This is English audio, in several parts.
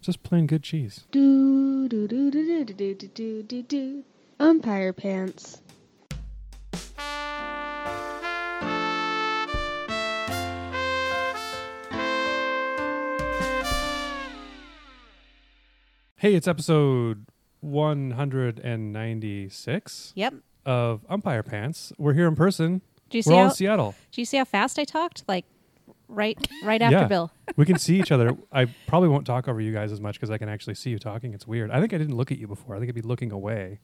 Just plain good cheese. Do do do do do do do do do do. Umpire pants. Hey, it's episode 196 Yep. Do of Umpire Pants. We're here in person. you see We're all how in Seattle. do you see how fast I talked? Like right right after Yeah. Bill. We can see each other. I probably won't talk over you guys as much because I can actually see you talking. It's weird. I think I didn't look at you before. I think I'd be looking away.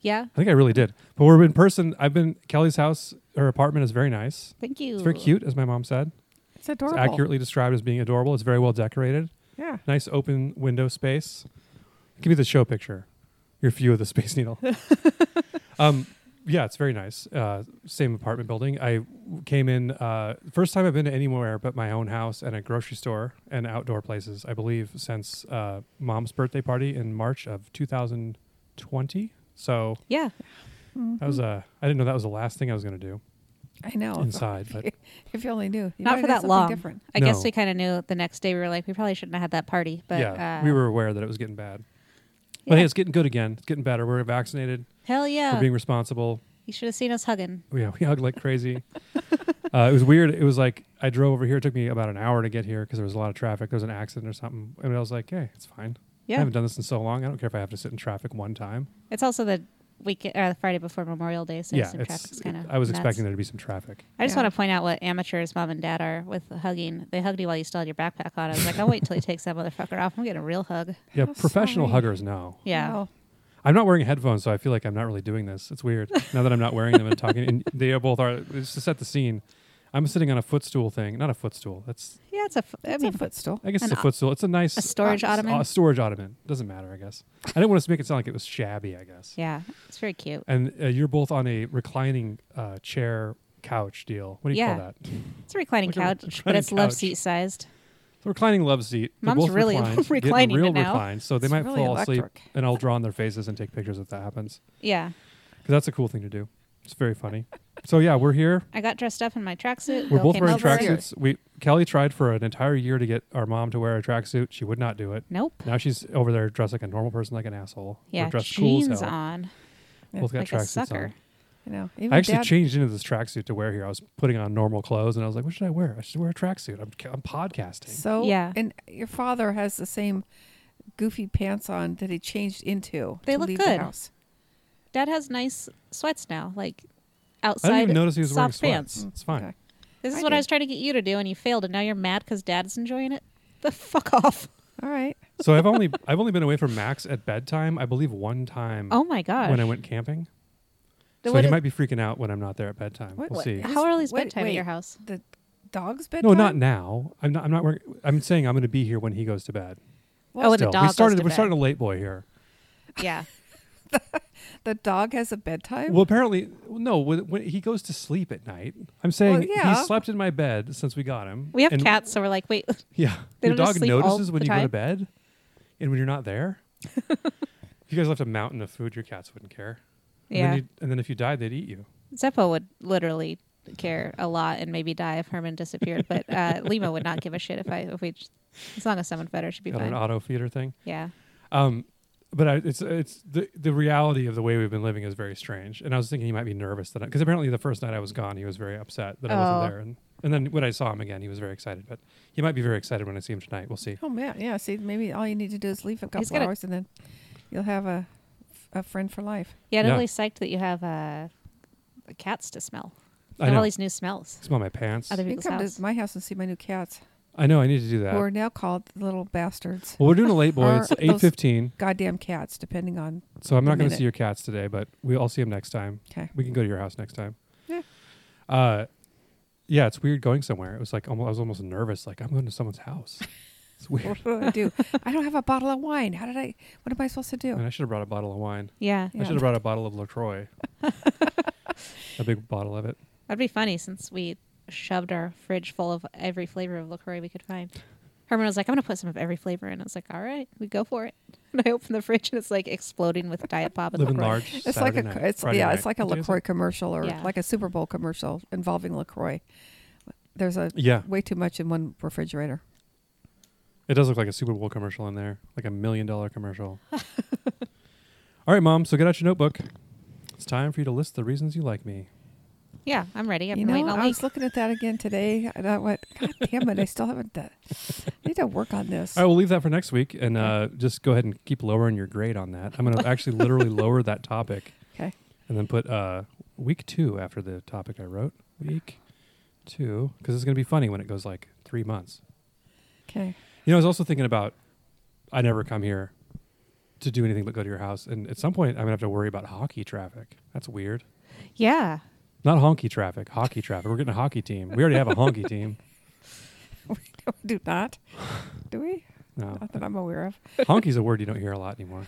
Yeah. I think I really did. But we're in person. I've been Kelly's house. Her apartment is very nice. Thank you. It's very cute, as my mom said. It's adorable. It's accurately described as being adorable. It's very well decorated. Yeah. Nice open window space. Give me the show picture. Your view of the Space Needle. um, yeah, it's very nice. Uh, same apartment building. I w- came in uh, first time I've been to anywhere but my own house and a grocery store and outdoor places. I believe since uh, mom's birthday party in March of 2020. So Yeah. that Mm-hmm. was uh, I didn't know that was the last thing I was going to do Mm. I know. inside, but If you only knew. You Not might've for done that something long. Different. I No. guess we kind of knew the next day we were like we probably shouldn't have had that party, but yeah, uh, we were aware that it was getting bad. But hey, yeah. it's getting good again. It's getting better. We're vaccinated. Hell yeah. We're being responsible. you should have seen us hugging. Yeah, we hugged like crazy. uh, it was weird. It was like I drove over here. It took me about an hour to get here because there was a lot of traffic. There was an accident or something, and I was like, "Hey, it's fine. I Yeah. haven't done this in so long. I don't care if I have to sit in traffic one time." It's also the weekend or the Friday before Memorial Day, so yeah, some traffic's kind of I was expecting there to be some traffic. I just Yeah. want to point out what amateurs mom and dad are with hugging. They hugged you while you still had your backpack on. I was like, I'll wait until he takes that motherfucker off. I'm getting a real hug. Yeah, How professional sorry. huggers now. Yeah. Wow. I'm not wearing headphones, so I feel like I'm not really doing this. It's weird now that I'm not wearing them and talking. And they are both are. Just to set the scene, I'm sitting on a footstool thing. Not a footstool. That's Yeah, it's a. f- I That's mean, a footstool. I guess it's An a o- footstool. It's a nice a storage uh, s- ottoman? uh, storage ottoman. Doesn't matter, I guess. I didn't want to make it sound like it was shabby. I guess. yeah, it's very cute. And uh, you're both on a reclining uh, chair couch deal. What do you Yeah. call that? It's a reclining Like a re- couch, but reclining it's love couch. seat sized. The reclining love seat. They're Mom's both really reclined, getting reclining real it now. reclined, so they It's might really fall asleep, electric. and I'll draw on their faces and take pictures if that happens. Yeah. Because that's a cool thing to do. It's very funny. so yeah, we're here. I got dressed up in my tracksuit. We're Bill both came wearing over. tracksuit. tracksuits. We Kelly tried for an entire year to get our mom to wear a tracksuit. She would not do it. Nope. Now she's over there dressed like a normal person, like an asshole. We're Yeah, dressed cool as jeans hell. on. Both got like a tracksuits sucker. on. You know. Even I actually dad, changed into this tracksuit to wear here. I was putting on normal clothes, and I was like, "What should I wear? I should wear a tracksuit. I'm, I'm podcasting." So Yeah. And your father has the same goofy pants on that he changed into. They to look leave good. The house. Dad has nice sweats now, like I outside. didn't even notice he was wearing soft sweats. pants. Mm, It's fine. Okay. This is Mm. I what did. I was trying to get you to do, and you failed, and now you're mad because Dad's enjoying it. The fuck off! All right. so I've only I've only been away from Max at bedtime. I believe one time Oh my gosh! when I went camping. The- so what he is- might be freaking out when I'm not there at bedtime. What- We'll what- see. This- How early is wait, bedtime at wait. your house? The dog's bedtime. No, not now. I'm not. I'm not. Wearing, I'm saying I'm going to be here when he goes to bed. Oh, when the Still, dog we started. goes to we're bed. starting a late boy here. Yeah, The dog has a bedtime. Well, apparently, no. When, when he goes to sleep at night, I'm saying yeah. he slept in my bed since we got him. we have and- cats, so we're like, wait, Yeah. They Your don't just dog sleep all notices when the you go to time? bed and when you're not there. if you guys left a mountain of food, your cats wouldn't care. And Yeah. Then you'd- and then if you died, they'd eat you. Zeppo would literally care a lot and maybe die if Herman disappeared, but uh, Lima would not give a shit if I if we just, as long as someone fed her, she'd be Got Uh, an fine. auto feeder thing. Yeah. Um, but I, it's it's the the reality of the way we've been living is very strange. And I was thinking he might be nervous that because apparently the first night I was gone, he was very upset that I Oh. wasn't there. And and then when I saw him again, he was very excited. But he might be very excited when I see him tonight. We'll see. Oh man, yeah. See, maybe all you need to do is leave a couple gotta- hours, and then you'll have a a friend for life. Yeah, I'm Yeah. really psyched that you have uh, cats to smell. I You have know. all these new smells. Smell my pants. Other You can people's come house. to my house and see my new cats, I know. I need to do that. who are now called the little bastards, well, we're doing a late boy. Are It's those- eight fifteen. goddamn cats, depending on. So I'm the not going to minute. see your cats today, but we all see them next time. Okay. We can go to your house next time. Yeah. Uh, yeah, it's weird going somewhere. It was like almost, I was almost nervous. Like I'm going to someone's house. It's weird. What do I do? I don't have a bottle of wine. How did I? What am I supposed to and do? I should have brought a bottle of wine. Yeah. I Yeah. should have brought a bottle of Lacroix. a big bottle of it. That'd be funny since we shoved our fridge full of every flavor of LaCroix we could find. Herman was like, I'm going to put some of every flavor in. I was like, all right, we go for it. And I opened the fridge and it's like exploding with Diet Pop and Living LaCroix. large. It's Saturday like a. night, It's Friday yeah. night. It's like a What day is Lacroix it? commercial or Yeah. like a Super Bowl commercial involving Lacroix. There's a Yeah. way too much in one refrigerator. It does look like a Super Bowl commercial in there, like a million dollar commercial. All right, mom. So get out your notebook. It's time for you to list the reasons you like me. Yeah, I'm ready. I've you been know, waiting all I week. was looking at that again today, and I went, "God damn it! I still haven't done. I need to work on this." All right, we'll leave that for next week, and uh, just go ahead and keep lowering your grade on that. I'm going to actually literally lower that topic, 'Kay. and then put uh, week two after the topic I wrote. Week two, because it's going to be funny when it goes like three months. Okay. You know, I was also thinking about I never come here to do anything but go to your house, and at some point I'm going to have to worry about hockey traffic. That's weird. yeah. Not honky traffic, hockey traffic. We're getting a hockey team. We already have a honky team. we don't- do not. Do we? No, Not that I'm aware of. honky's a word you don't hear a lot anymore.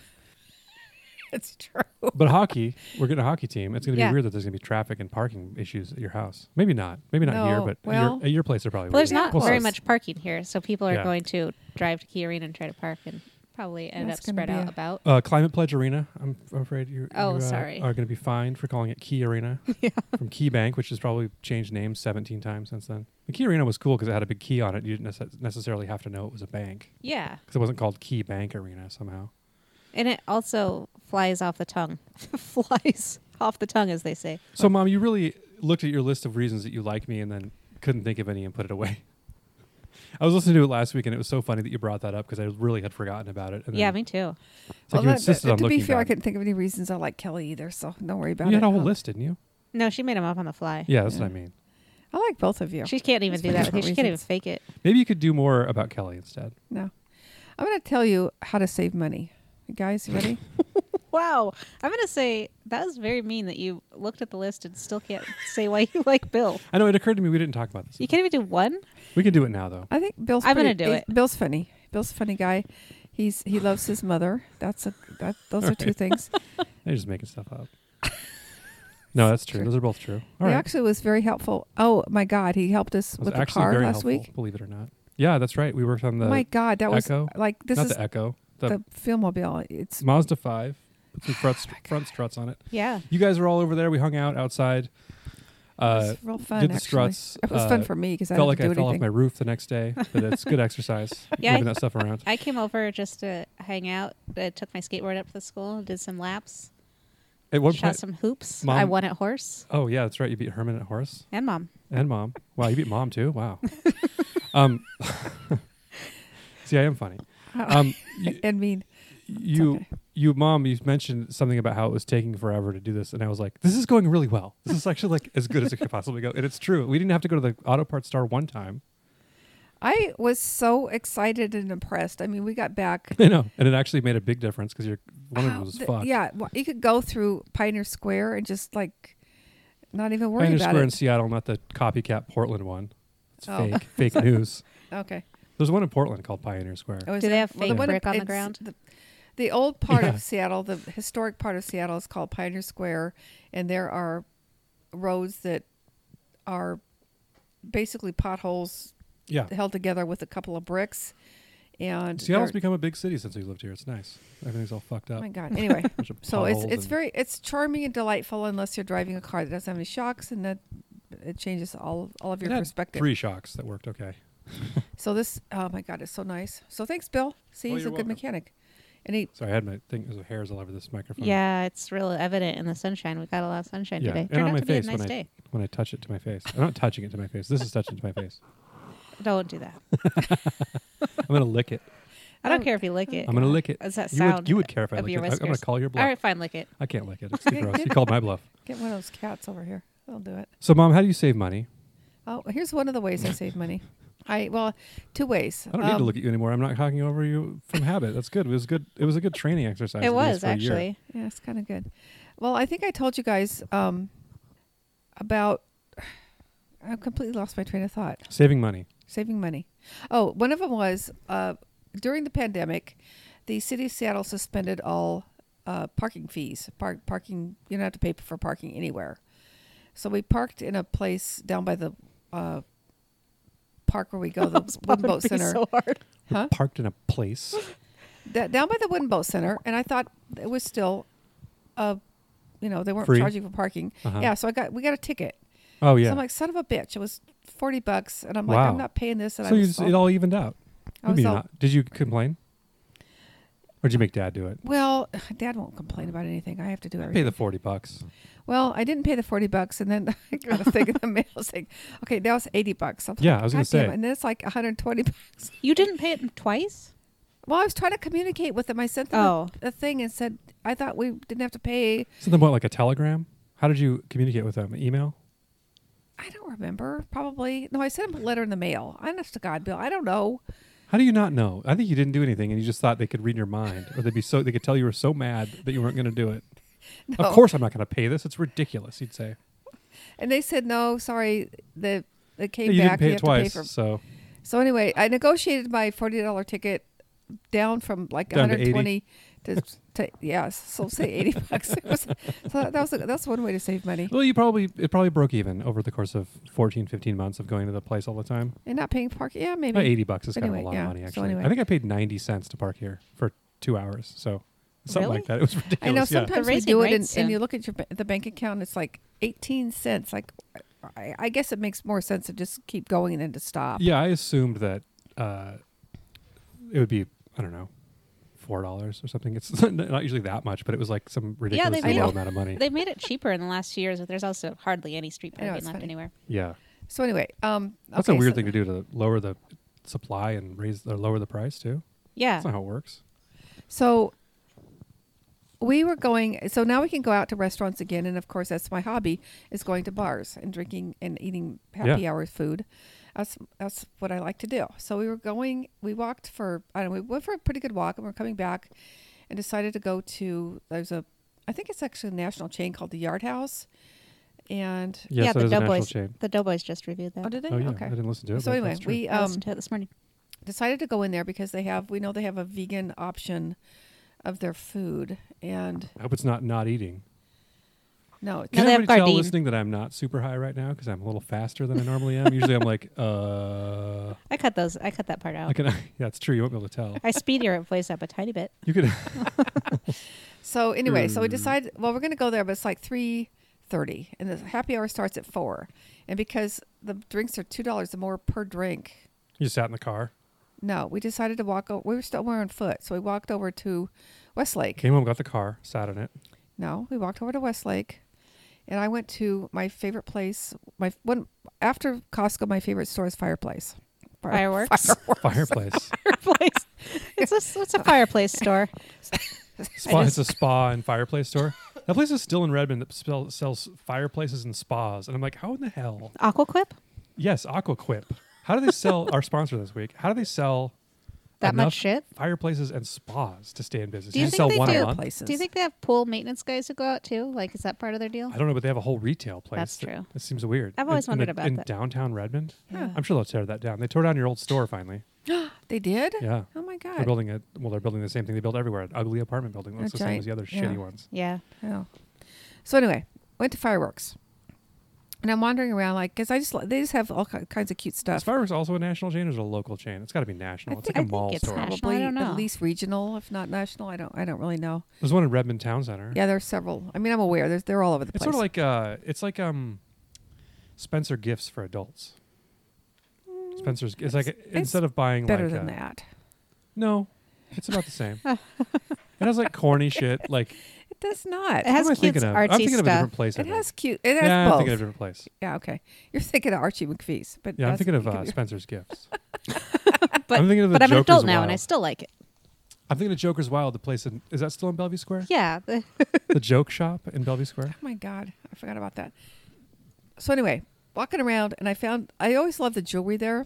It's true. But hockey, we're getting a hockey team. It's going to Yeah. be weird that there's going to be traffic and parking issues at your house. Maybe not. Maybe not here, No, but well- your, at your place, there probably Well, there's will be. not We'll very see. much parking here, so people are Yeah. going to drive to Key Arena and try to park and probably end That's up gonna spread be out a- about. Uh, Climate Pledge Arena. I'm afraid you Oh, you, uh, sorry. are going to be fined for calling it Key Arena from Key Bank, which has probably changed names 17 times since then. The Key Arena was cool because it had a big key on it. You didn't necess- necessarily have to know it was a bank Yeah. because it wasn't called Key Bank Arena somehow. And it also flies off the tongue. flies off the tongue, as they say. So, mom, you really looked at your list of reasons that you like me and then couldn't think of any and put it away. I was listening to it last week and it was so funny that you brought that up because I really had forgotten about it. And Yeah, then me too. it's like you that- insisted that- on to looking be fair, I back. couldn't think of any reasons I like Kelly either, so don't worry about You it. had a whole Um, list, didn't you? No, she made him up on the fly. Yeah, that's Yeah. what I mean. I like both of you. She can't even That's do for that with you. different She can't even reasons. fake it. Maybe you could do more about Kelly instead. No. I'm going to tell you how to save money. You guys, you ready? Wow. I'm going to say that was very mean that you looked at the list and still can't say why you like Bill. I know it occurred to me we didn't talk about this. You can't even do one? we can do it now though. I think Bill's I'm gonna pretty- do eh, it. Bill's funny. Bill's a funny guy. He's he loves his mother. That's a that those are two Alright. things. They're just making stuff up. no, that's true. True. Those are both true. he All right. actually was very helpful. Oh my god, he helped us That was with the actually car very last helpful, week. Oh believe it or not. Yeah, that's right. We worked on the my god, that was Echo? like this not is the Echo, the, the, Oh Filmmobile. It's Mazda 5. Put some front, front struts on it. Yeah. You guys were all over there. We hung out outside. Uh, it's real fun. did the actually. struts, It was uh, fun for me because I felt didn't like I do fell off anything. my roof the next day, but it's good exercise. Yeah, I- moving that stuff around. I came over just to hang out. I took my skateboard up to the school, did some laps, At one shot point, some hoops. Mom- I won at horse oh yeah, that's right. You beat Herman at horse and mom. and mom. Wow, you beat mom too. Wow. um, see, I am funny. Oh. Um, you, and mean, you, okay. you, mom, you mentioned something about how it was taking forever to do this, and I was like, this is going really well. This is actually like as good as it could possibly go, and it's true. We didn't have to go to the auto parts store one time. I was so excited and impressed. I mean, we got back I know, and it actually made a big difference because your one of Wow, them was th- fucked. Yeah, well, you could go through Pioneer Square and just like not even worry Pioneer about Square in it. Seattle, not the copycat Portland one. It's Oh. fake, fake news. okay. There's one in Portland called Pioneer Square. Oh, is Do they it- have well, the fake one in- brick on the it's- ground? The, the old part Yeah. of Seattle, the historic part of Seattle, is called Pioneer Square, and there are roads that are basically potholes Yeah, held together with a couple of bricks. And Seattle's they're- become a big city since we lived here. It's nice. Everything's all fucked oh up. my god. Anyway, There's a So it's potholes it's and- very it's charming and delightful unless you're driving a car that doesn't have any shocks and that it changes all all of It your had perspective. Three shocks that worked okay. So this oh my god, it's so nice. So thanks, Bill. See, Oh, you're he's a good welcome. mechanic, and he Sorry, I had my thing. There's hairs all over this microphone. Yeah, it's real evident in the sunshine. We got a lot of sunshine Yeah, today. and Turned on out my to be a face nice when I- day. When I touch it to my face, I'm not touching it to my face. This is touching it to my face. Don't do that. I'm gonna lick it. I don't care if you lick it. I'm gonna lick it. Is that You would, sound you would care if I of licked it. your I, am gonna whiskers. call your bluff. All right, fine, lick it. I can't lick it. It's too Okay, gross. You good. called my bluff. get one of those cats over here. I'll do it. So, mom, how do you save money? Oh, here's one of the ways I save money. I well, two ways. I don't need to Um, look at you anymore. I'm not talking over you from habit. That's good. It was good. It was a good training exercise. it We did this was for a year. actually. Yeah, it's kind of good. Well, I think I told you guys um, about. I completely lost my train of thought. saving money. saving money. Oh, one of them was uh, during the pandemic, the city of Seattle suspended all uh, parking fees. Park parking, you don't have to pay for parking anywhere. So we parked in a place down by the uh, park where we go, the wooden boat center. hard. We're Huh? parked in a place. Da- down by the wooden boat center, and I thought it was still, uh, you know, they weren't Free? charging for parking. Uh-huh. Yeah, so I got we got a ticket. Oh yeah. So I'm like, son of a bitch! It was forty bucks, and I'm like, Wow. I'm not paying this. And So I you was just, all- it all evened out. I Maybe was all, not. Did you complain? Or did you make dad do it? well, Dad won't complain about anything. I have to do Pay everything. the 40 bucks. well, I didn't pay the forty bucks, and then I got a thing in the mail saying, "Okay, now it's eighty bucks." I'm Yeah, like, I was gonna "God damn say. it," and then it's like one hundred twenty bucks. You didn't pay it twice? Well, I was trying to communicate with them. I sent them a- Oh. a thing and said I thought we didn't have to pay. Something about like a telegram? How did you communicate with them? Email? I don't remember. Probably no. I sent him a letter in the mail. Honest to God, Bill, I don't know. How do you not know? I think you didn't do anything and you just thought they could read your mind or they'd be so they could tell you were so mad that you weren't going to do it. No. Of course I'm not going to pay this. It's ridiculous, he'd say. And they said no. Sorry, the it came Hey, you didn't back. pay you it have twice. to pay for. So So anyway, I negotiated my forty dollar ticket down from like Down one to hundred twenty to, to yeah, so say eighty bucks. It was, so that was that's one way to save money well, you probably it probably broke even over the course of 14, 15 months of going to the place all the time. and not paying park. Yeah, maybe. About 80 bucks is kind Anyway, of a lot yeah. of money So actually. anyway. I think I paid 90 cents to park here for 2 hours. So something Really? like that. It was ridiculous. I know yeah. sometimes we raising do it, and, rates and and- you look at your ba- the bank account, and it's like eighteen cents. Like, I, I guess it makes more sense to just keep going than to stop. Yeah, I assumed that uh, it would be I don't know four dollars or something. It's not usually that much, but it was like some ridiculously made low it- amount of money. They've made it cheaper in the last few years, but there's also hardly any street I know, parking Oh, it's left funny. anywhere. yeah, So anyway, um, that's okay, a weird so- thing to do to lower the supply and raise or lower the price too. Yeah. That's not how it works. So we were going. So now we can go out to restaurants again, and of course, that's my hobby is going to bars and drinking and eating happy Yeah. hour food. That's that's what I like to do. So we were going. We walked for I don't know. We went for a pretty good walk, and we're coming back, and decided to go to there's a I think it's actually a national chain called the Yard House, and Yeah, so the there's a national Doughboys. chain. The Doughboys just reviewed that. oh, did they? Oh yeah, okay. I didn't listen to it. So but anyway, that's true. we I um, listened to it this morning. decided to go in there because they have we know they have a vegan option of their food and I hope it's not not eating. no it's No, Can they have everybody tell Gardein. listening that I'm not super high right now because I'm a little faster than I normally am. Usually I'm like, uh, I cut those. I cut that part out. I can, yeah, it's true. You won't be able to tell. I speed your voice up a tiny bit. You could, So anyway, so we Mm. decided. Well, we're going to go there, but it's like three thirty, and the happy hour starts at four. And because the drinks are two dollars more per drink, you sat in the car, no, we decided to walk. o- We were still we were on foot, so we walked over to Westlake. came home, got the car, sat in it. No, we walked over to Westlake, and I went to my favorite place. My one after Costco, my favorite store is Fireplace. Fire- Fireworks. Fireplace. Fireplace. it's a it's a fireplace store. Spa, it's a spa and fireplace store. That place is still in Redmond that spell, sells fireplaces and spas. And I'm like, how in the hell? Aquaquip. Yes, Aquaquip. How do they sell our sponsor this week? How do they sell That enough much shit. Fireplaces and spas to stay in business. Do you they think sell they one do? a month? Fireplaces. Do you think they have pool maintenance guys who go out too? Like, is that part of their deal? I don't know, but they have a whole retail place. That's that- true. That seems weird. I've always In- in the- wondered about in that. downtown Redmond. Yeah. I'm sure they'll tear that down. They tore down your old store finally. they did? Yeah. Oh my They're god. building it. Well, they're building the same thing they build everywhere. An ugly apartment building. Looks A the same giant- as the other yeah. shitty ones. Yeah. Yeah. So anyway, went to fireworks, and I'm wandering around like because I just li- they just have all ki- kinds of cute Is stuff. Fireworks also a national chain or is it a local chain? It's got to be national. I It's like think- a I think mall it's store. national. Probably I don't know. at least regional, if not national. I don't. I don't really know. There's one in Redmond Town Center. Yeah, there's several. I mean, I'm aware. There's they're all over the It's sort place. of like uh, it's like um, Spencer gifts for adults. Spencer's it's like Hmm, It's- instead of buying better like than uh, that. No, it's about the same. it has like corny shit. Like It does not. It what am has I kids thinking of? artsy I'm thinking of a different stuff. place. I It think. has cute. It has yeah, I'm both. thinking of a different place. yeah, okay. You're thinking of Archie McPhee's, but Yeah, I'm that's- thinking of you uh, could- Spencer's gifts. But I'm thinking of the but I'm an Joker's adult now, and I Wild. still like it. I'm thinking of Joker's Wild. The place in is that still in Bellevue Square? Yeah. the- The joke shop in Bellevue Square. Oh my god, I forgot about that. So anyway, walking around, and I found I always love the jewelry there,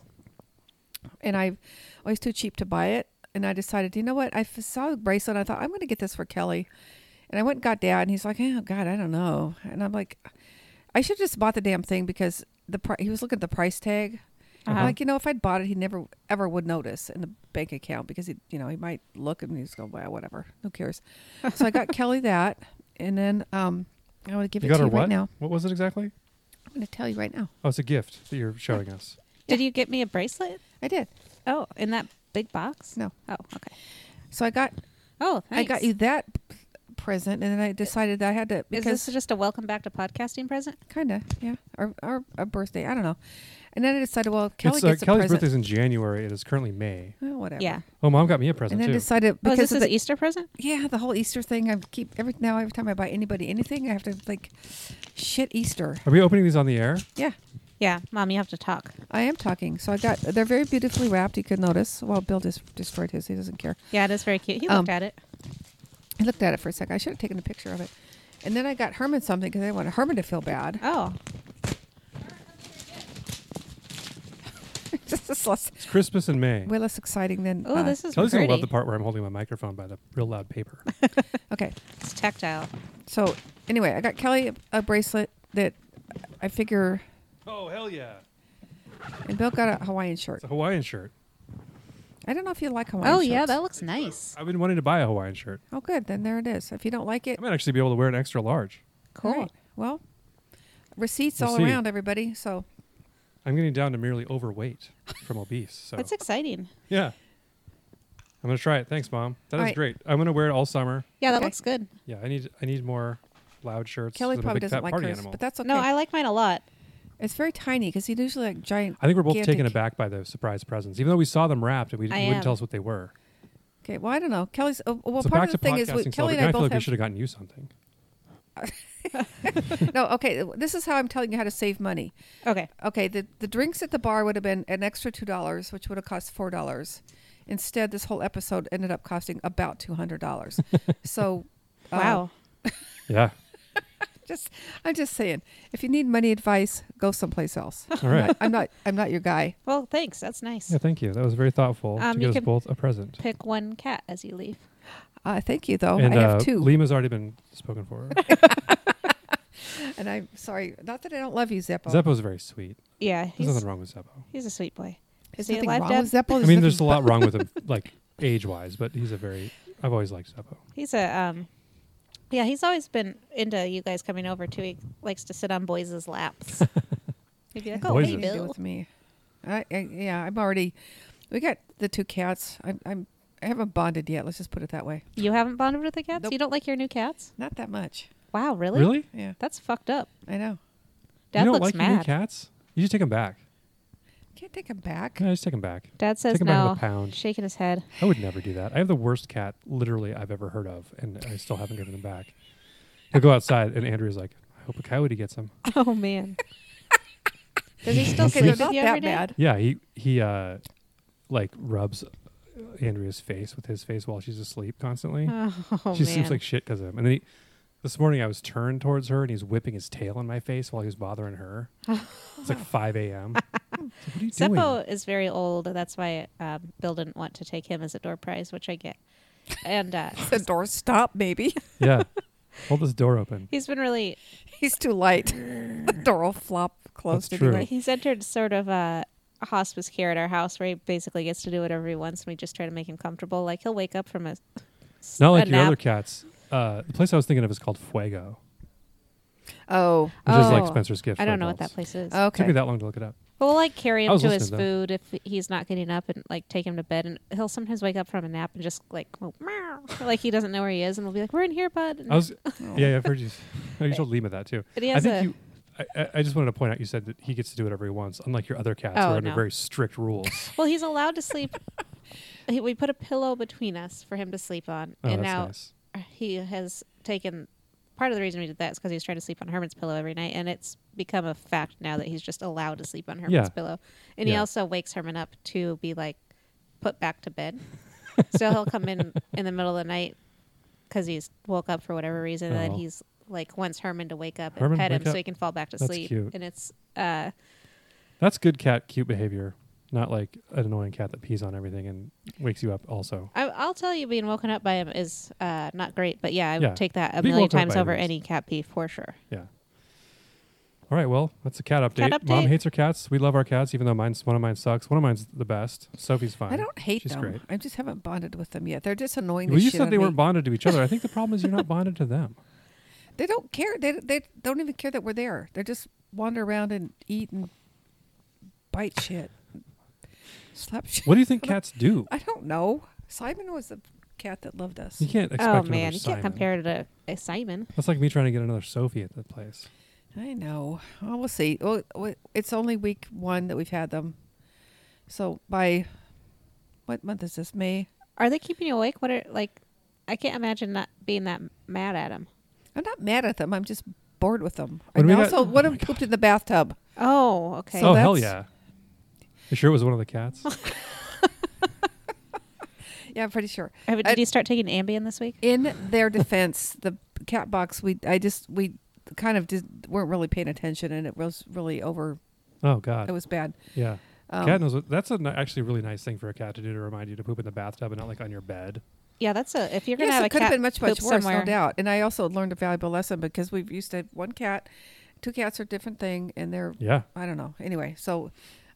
and I always too cheap to buy it. And I decided, you know what? I f- saw the bracelet. And I thought I'm going to get this for Kelly, and I went and got Dad, and he's like, oh God, I don't know. And I'm like, I should just bought the damn thing because the pri- he was looking at the price tag. I'm Uh-huh. Like you know, if I'd bought it, he never ever would notice in the bank account because he, you know, he might look and he's going, well, whatever, who cares? so I got Kelly that, and then um, I want to give You it got to her you right what? now. What was it exactly? I'm going to tell you right now. Oh, it's a gift that you're showing us. Did you get me a bracelet? I did. Oh, in that big box? No. Oh, okay. So I got Oh, I got thanks. you that p- present, and then I decided that I had to Is because this just a welcome back to podcasting present? kind of yeah, or or a birthday. I don't know. And then I decided, well, Kelly it's, uh, gets a Kelly's present. birthday's in January. It is currently May. Oh, whatever. Yeah. Oh, mom got me a And present then too. Oh, decided is because this of his the, Easter present? yeah the whole Easter thing. I keep every now every time I buy anybody anything, I have to like shit Easter. Are we opening these on the air? Yeah, Yeah, mom, you have to talk. I am talking. So I got they're very beautifully wrapped. You could notice. Well, Bill just destroyed his. He doesn't care. Yeah, it is very cute. He Um, looked at it. I looked at it for a second. I should have taken a picture of it. And then I got Herman something because I wanted Herman to feel bad. Oh, this is less, It's Christmas in May. way less exciting than. oh, uh, this is Kelly's pretty. gonna love the part where I'm holding my microphone by the real loud paper. uh, okay. It's tactile. So anyway, I got Kelly a, a bracelet that I figure, oh hell yeah! and Bill got a Hawaiian shirt. It's a Hawaiian shirt. I don't know if you like Hawaiian. Oh yeah, shirts. that looks nice. I've been wanting to buy a Hawaiian shirt. Oh, good. Then there it is. If you don't like it, I might actually be able to wear an extra large. Cool. All right. Well, receipts all Receipt. around, everybody. So I'm getting down to merely overweight from obese. So That's exciting. yeah, I'm gonna try it. Thanks, mom. That is All right. great. I'm gonna wear it all summer. Yeah, that Okay. looks good. Yeah, I need I need more loud shirts. Kelly 'cause I'm a probably big fat doesn't like party hers, animal. but that's okay. No, I like mine a lot. it's very tiny because you usually like giant. I think we're both taken gigantic- aback by the surprise presents, even though we saw them wrapped and we I you wouldn't am. tell us what they were. Okay, well, I don't know. Kelly's. Oh, well, so part back of the to thing is podcasting we, Kelly celebration. and I I feel both like we have. should have gotten you something. no, okay. This is how I'm telling you how to save money. Okay. Okay, the the drinks at the bar would have been an extra two dollars, which would have cost four dollars. Instead, this whole episode ended up costing about two hundred dollars. so, uh, Wow. Yeah. just I'm just saying, if you need money advice, go someplace else. All right. I'm not. I'm not your guy. Well, thanks. That's nice. Yeah, thank you. That was very thoughtful Um, to you get us can- both a present. Pick one cat as you leave. Uh, thank you, though. and I have uh, two. Lima's already been spoken for. And I'm sorry, not that I don't love you, Zeppo. Zeppo's very sweet. Yeah, There's he's nothing wrong with Zeppo. he's a sweet boy. There's Is he nothing alive, wrong Deb? with Zeppo. I mean, there's a nothing- lot wrong with him, like age wise, but he's a very. I've always liked Zeppo. He's a um, yeah. He's always been into you guys coming over too. He likes to sit on boys' laps. He'd be like, "Oh, Boys' hey, Boises. Anything to do Bill." with me. I, I, yeah, I'm already. We got the two cats. I'm. I'm I haven't bonded yet. Let's just put it that way. You haven't bonded with the cats. Nope. You don't like your new cats. Not that much. Wow, really? Really? Yeah, That's fucked up. I know. Dad you don't looks like your new mad. cats? You just take them back. Can't take them back. Yeah, just take them back. Dad says Take 'em back with no, a pound. shaking his head. I would never do that. I have the worst cat literally I've ever heard of, and I still haven't given him back. He'll go outside, and Andrea's like, I hope a coyote gets him. Oh man. Does he still Okay, sleep they're with not you that every day? bad. Yeah, he, he uh, like rubs Andrea's face with his face while she's asleep constantly. Oh she man. sleeps like shit because of him. And then he, this morning I was turned towards her, and he's whipping his tail in my face while he was bothering her. it's like 5 a.m. It's like, what are you doing? Zeppo is very old. That's why um, Bill didn't want to take him as a door prize, which I get. And uh, The door stop, maybe. Yeah. Hold this door open. he's been really He's too light. The door will flop closed. That's true. anyway. he's entered sort of a hospice care at our house where he basically gets to do whatever he wants, and we just try to make him comfortable. Like he'll wake up from a s- Not like a your nap. other cats. Uh, the place I was thinking of is called Fuego, Oh, which is like Oh, Spencer's gift. I for don't know what that adults. place is. okay. Took me that long to look it up. We'll like carry I him was to his listening, food if he's not getting up, and like take him to bed, and he'll sometimes wake up from a nap and just like go, meow, like he doesn't know where he is, and we'll be like, "We're in here, bud." And I was, yeah, yeah, I've heard you. s- You told Lima that too. But Oh. he I has think a- you. I- I, I just wanted to point out you said that he gets to do whatever he wants, unlike your other cats who Oh, are under no. very strict rules. Well, he's allowed to sleep. he, we put a pillow between us for him to sleep on, Oh, and that's now nice. he has taken. Part of the reason we did that is because he was trying to sleep on Herman's pillow every night, and it's become a fact now that he's just allowed to sleep on Herman's Yeah. pillow. And he Yeah. also wakes Herman up to be like put back to bed. so he'll come in in the middle of the night because he's woke up for whatever reason, and Oh. then he's like wants Herman to wake up and Herman, pet him wake so up. he can fall back to That's sleep. cute. And it's uh, That's good cat, cute behavior. Not like an annoying cat that pees on everything and wakes you up. Also, I, I'll tell you, being woken up by him is uh, not great, but yeah, I Yeah. would take that a Being million woken up times by over him is- any cat pee for sure. yeah. All right, well, that's a cat update. Cat Mom update. hates her cats. We love our cats, even though mine's one of mine sucks. One of mine's the best. Sophie's fine. I don't hate She's them. great. I just haven't bonded with them yet. They're just annoying. Well, the you shit said out they of me. weren't bonded to each other. I think the problem is you're not bonded to them. They don't care. They they don't even care that we're there. They just wander around and eat and bite shit, slap shit. What do you think cats do? I don't know. Simon was the cat that loved us. You can't expect. Oh another man, you can't Simon. compare it to a Simon. That's like me trying to get another Sophie at that place. I know. Well, we'll see. Well, w- it's only week one that we've had them. So by what month is this? May? Are they keeping you awake? What are like? I can't imagine not being that mad at them. I'm not mad at them. I'm just bored with them. When And we got- also, one of them pooped in the bathtub. Oh, okay. oh So hell yeah! that's- You sure it was one of the cats? Yeah, I'm pretty sure. Have- did I- you start taking Ambien this week? In their defense, the cat box. We I just we kind of did, weren't really paying attention, and it was really over. oh god, It was bad. yeah. Um, cat knows what, that's a, ni- actually a really nice thing for a cat to do to remind you to poop in the bathtub and not like on your bed. Yeah, that's a. If you're gonna yes, have it a could cat have been much much poop worse, somewhere, no doubt. And I also learned a valuable lesson because we've used to have one cat, two cats are a different thing, and they're Yeah. I don't know. Anyway, so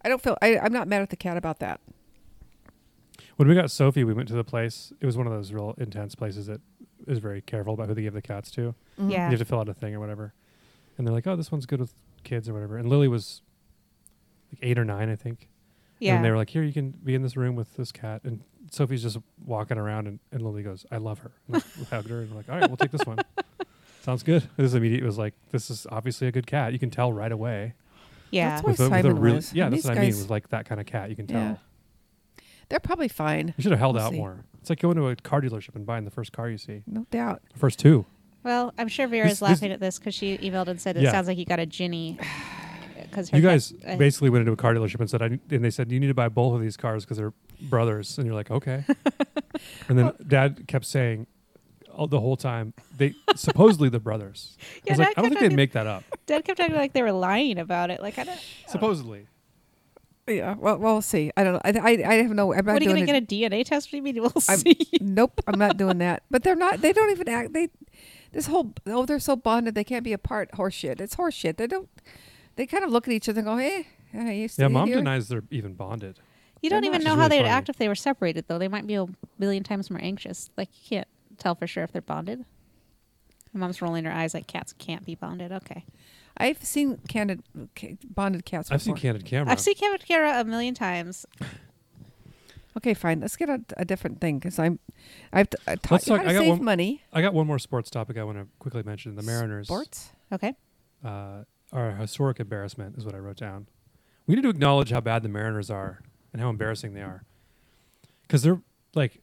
I don't feel I, I'm not mad at the cat about that. When we got Sophie, we went to the place. It was one of those real intense places that is very careful about who they give the cats to. Yeah. You have to fill out a thing or whatever. And they're like, oh, this one's good with kids or whatever. And Lily was like eight or nine, I think. Yeah. And they were like, here, you can be in this room with this cat. And Sophie's just walking around, and, and Lily goes, I love her. And I hugged her, and we're like, all right, we'll take this one. Sounds good. This immediate was like, this is obviously a good cat. You can tell right away. yeah. That's why Simon was. yeah, And that's these what I mean. guys- With like that kind of cat, you can tell. Yeah. They're probably fine, You should have held We'll out see. more. It's like going to a car dealership and buying the first car you see, no doubt. the first two. well, I'm sure Vera's This- this- laughing at this because she emailed and said it Yeah. sounds like you got a Ginny. Because you guys cat, uh, basically went into a car dealership and said, I, n- and they said you need to buy both of these cars because they're brothers, and you're like, okay. and then Dad kept saying all, the whole time they supposedly they're brothers. I Yeah, was Dad like, I don't think kept they talking- make that up. Dad kept talking like they were lying about it. Like I don't. Supposedly, Yeah. Well, we'll see. I don't know. I I, I have no. I'm not What are you doing gonna get a DNA test? What do you mean? We'll I'm- see. nope. I'm not doing that. But they're not. They don't even act. They. This whole oh they're so bonded they can't be apart. Horseshit. It's horseshit. They don't. They kind of look at each other and go, hey. I used to yeah. be Mom here." denies they're even bonded. You don't They're even not. Which know is how really they'd funny. act if they were separated, though. They might be a million times more anxious. Like you can't tell for sure if they're bonded. My mom's rolling her eyes like cats can't be bonded. Okay, I've seen candid, ca- bonded cats. I've seen before. candid camera. I've seen Kevin Kira a million times. Okay, fine. Let's get a, a different thing because I'm. I've t- I taught Let's you talk- how I got to save one- money. I got one more sports topic I want to quickly mention. The Mariners. Sports. Okay, uh, our historic embarrassment is what I wrote down. We need to acknowledge how bad the Mariners are and how embarrassing they are, because they're like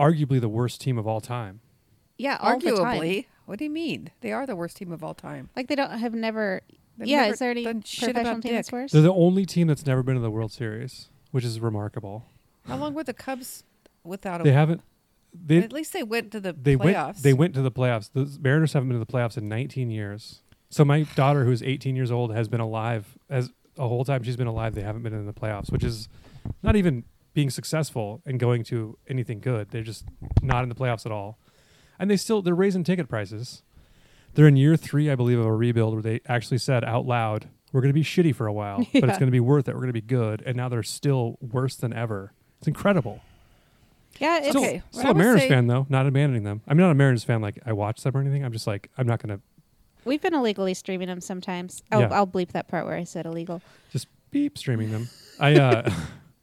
arguably the worst team of all time. yeah, all the time. Arguably. What do you mean? They are the worst team of all time. Like they don't have never. They've yeah, never is there any done shit professional about team that's dick. worse? They're the only team that's never been to the World Series, which is remarkable. How long were the Cubs without a? They haven't. They at least they went to the they went. playoffs. They went to the playoffs. The Mariners haven't been to the playoffs in 19 years. So my daughter, who's 18 years old, has been alive as a whole time she's been alive. They haven't been in the playoffs, which is not even being successful and going to anything good. They're just not in the playoffs at all, and they still they're raising ticket prices. They're in year three, I believe, of a rebuild where they actually said out loud, "We're going to be shitty for a while, but it's Yeah. going to be worth it. We're going to be good." And now they're still worse than ever. It's incredible. yeah, it's Still, Okay, what still I a would Mariners say- fan though, not abandoning them. I'm not a Mariners fan. Like I watch them or anything. I'm just like I'm not gonna we've been illegally streaming them sometimes. Oh, Yeah. I'll bleep that part where I said illegal. just beep streaming them. I uh,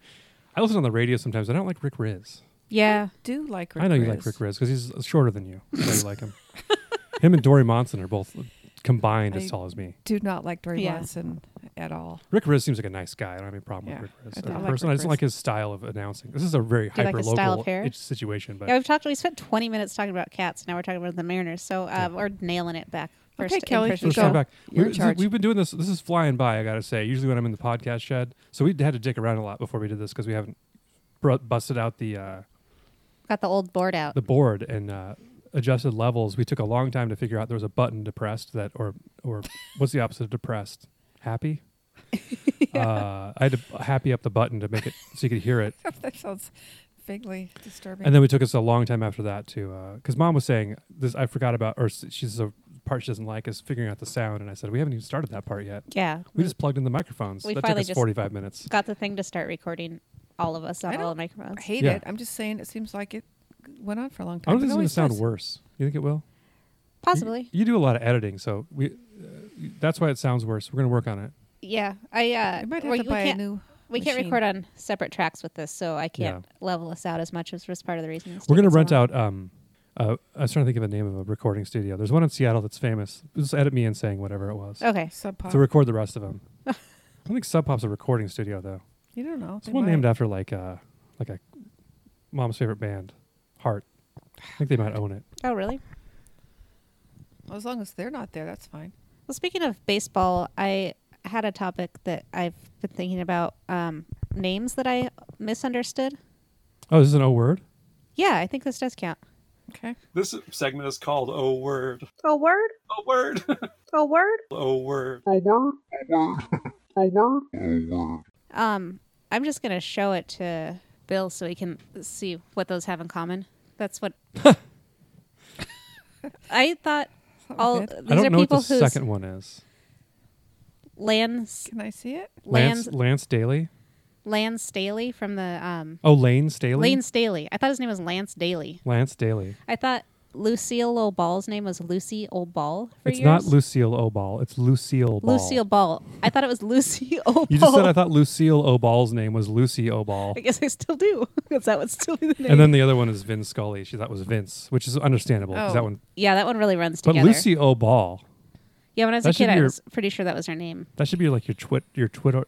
I listen on the radio sometimes. I don't like Rick Riz. Yeah, do like. Rick I know you Riz. like Rick Riz because he's shorter than you. I know you like him. Him and Dory Monson are both combined I- as tall as me. Do not like Dory Yeah. Monson at all. Rick Riz seems like a nice guy. I don't have any problem Yeah, with Rick Riz. I as do a person, like Rick I just don't Riz. like his style of announcing. This is a very you like hyper his local style of hair? situation, but yeah, we've talked. We spent 20 minutes talking about cats. Now we're talking about the Mariners. So um, we're nailing it back. First Okay, Kelly, in-person you Let's go. come back. You're in We, charge. have been doing this. This is flying by. I gotta say. Usually when I'm in the podcast shed, so we had to dick around a lot before we did this because we haven't br- busted out the uh, Got the old board out. the board and uh, adjusted levels. We took a long time to figure out there was a button depressed that, or or what's the opposite of depressed? Happy. uh, I had to happy up the button to make it so you could hear it. that sounds vaguely disturbing. And then we took us a long time after that to, because mom was saying this. I forgot about, or s- she's a part she doesn't like is figuring out the sound. And I said we haven't even started that part yet. Yeah, We just plugged in the microphones. We that took finally us just- 45 minutes. got the thing to start recording all of us I on all the don't- microphones. I hate Yeah. it. I'm just saying it seems like it went on for a long I time. don't think It it's going to sound always does. worse. You think it will? You- Possibly. You, do a lot of editing, so we. Uh, y- that's why it sounds worse. We're going to work on it. Yeah, I. Uh, I might have we, to we buy a can't, new. We can't machine. record on separate tracks with this, so I can't level us out as much as was part of the reason. it's We're going taking to so rent long. out um, Uh, I was trying to think of the name of a recording studio. There's one in Seattle that's famous. Just edit me in saying whatever it was Okay. Sub Pop. to record the rest of them. I don't think Sub Pop's a recording studio though. you don't know. It's They one might. named after like a like a mom's favorite band, Heart. I think they might own it. Oh, really? Well, as long as they're not there, that's fine. Well, speaking of baseball, I had a topic that I've been thinking about um, names that I misunderstood. Oh, this is an O word. Yeah, I think this does count. Okay. This segment is called O Word. A word? O Word. A word? O Word. Um, I'm just gonna show it to Bill so he can see what those have in common. That's what I thought. All good. these I are don't know what people the whose second one is. Lance Can I see it? Lance Lance Lance Daly. Lance Staley from the um Oh, Lane Staley. Lane Staley. I thought his name was Lance Daly. Lance Daly. I thought Lucille O'Ball's name was Lucy O'Ball for It's years. not Lucille O'Ball. It's Lucille Ball. Lucille Ball. I thought it was Lucy O'Ball. You just said I thought Lucille O'Ball's name was Lucy O'Ball. I guess I still do. Because that would still be the name. And then the other one is Vin Scully. She thought was Vince, which is understandable. 'cause Oh. That one, yeah, that one really runs but together. Lucy O'Ball. yeah, when I was a that should kid, be I your- was pretty sure that was her name. That should be like your twit, your Twitter,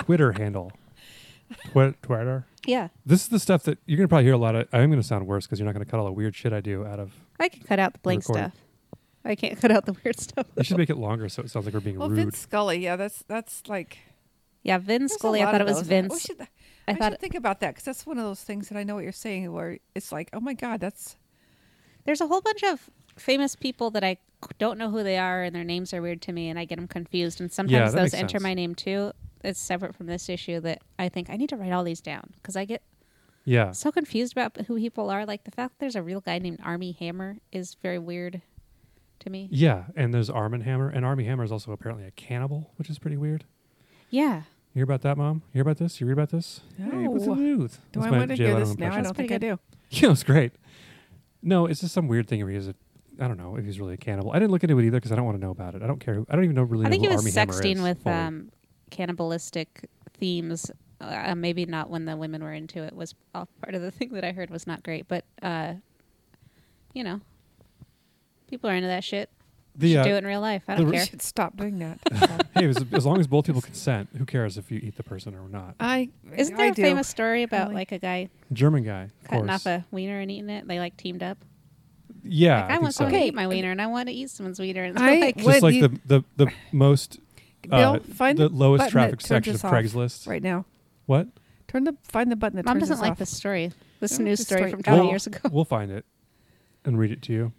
Twitter handle. Twi- Twitter. Yeah, This is the stuff that you're gonna probably hear a lot of. I'm gonna sound worse because you're not gonna cut all the weird shit I do out of. I can cut out the blank Recording. stuff. I can't cut out the weird stuff. You should make it longer so it sounds like we're being Well, rude. Vince Scully. Yeah, that's that's like. Yeah, Vince there's a Scully. I lot thought it of was those. We Vince. should, I I, thought- should think about that because that's one of those things that I know what you're saying where it's like, oh my god, that's There's a whole bunch of famous people that I c- don't know who they are, and their names are weird to me, and I get them confused. And sometimes that those makes enter sense. my name too. It's separate from this issue that I think I need to write all these down because I get yeah, so confused about who people are. Like the fact that there's a real guy named Army Hammer is very weird to me. yeah. And there's Arm and Hammer, and Army Hammer is also apparently a cannibal, which is pretty weird. Yeah. You hear about that, mom? You hear about this? You read about this? Hey, what's the No. news? do That's I my want to Jay hear Leno this now? I impression. don't pretty think I do. Yeah, it was great. No, it's just some weird thing where he's a. I don't know if he's really a cannibal. I didn't look into it either because I don't want to know about it. I don't care. Who, I don't even know really. I think know he who was Armie Hammer sexting is with fully. um, cannibalistic themes. Uh, maybe not when the women were into it was all part of the thing that I heard was not great, but uh, you know, people are into that shit. the, Should uh, do it in real life. I the don't re- care. We should stop doing that. hey, as, as long as both people consent, who cares if you eat the person or not? Uh, I Isn't I there a do. famous story about Probably. like a guy German guy, of cutting course. off a wiener and eating it? They like teamed up. yeah, Like, I I, think want so. someone Okay. to eat my wiener, and I want to eat someone's wiener. And I- I, like, Just Would like you- the the the most Bill, uh, find the the lowest button traffic that turns section of us off. Craigslist. right now. What? Turn the find the button that mom turns doesn't us like off. this story. This No, news this story story- from 20 Well, years ago. We'll find it and read it to you.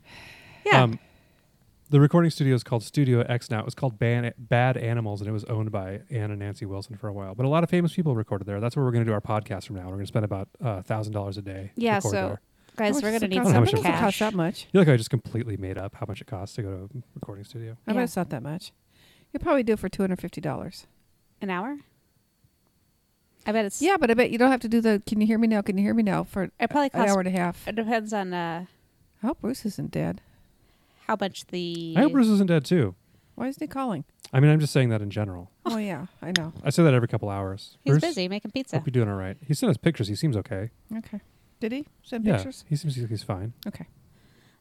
yeah, the recording studio is called Studio X now. It was called Ban- Bad Animals, and it was owned by Ann and Nancy Wilson for a while. But a lot of famous people recorded there. That's where we're going to do our podcast from now. We're going to spend about uh, thousand dollars a day. to yeah. record So, there. guys, How we're much gonna does it need cost? How some much does it Doesn't cost cash. that much. you look like I just completely made up how much it costs to go to a recording studio. I Yeah. bet it's not that much. You probably do it for two hundred fifty dollars. An hour? I bet it's Yeah, but I bet you don't have to do the. Can you hear me now? Can you hear me now for It probably an costs. hour and a half? It depends on uh, I hope Bruce isn't dead. how much the. I hope Bruce isn't dead too. Why isn't he calling? I mean, I'm just saying that in general. Oh yeah, I know. I say that every couple hours. He's Bruce, busy making pizza. Hope you're doing all right. He sent us pictures. He seems okay. Okay. Did he send yeah, pictures? he seems like he's fine. Okay.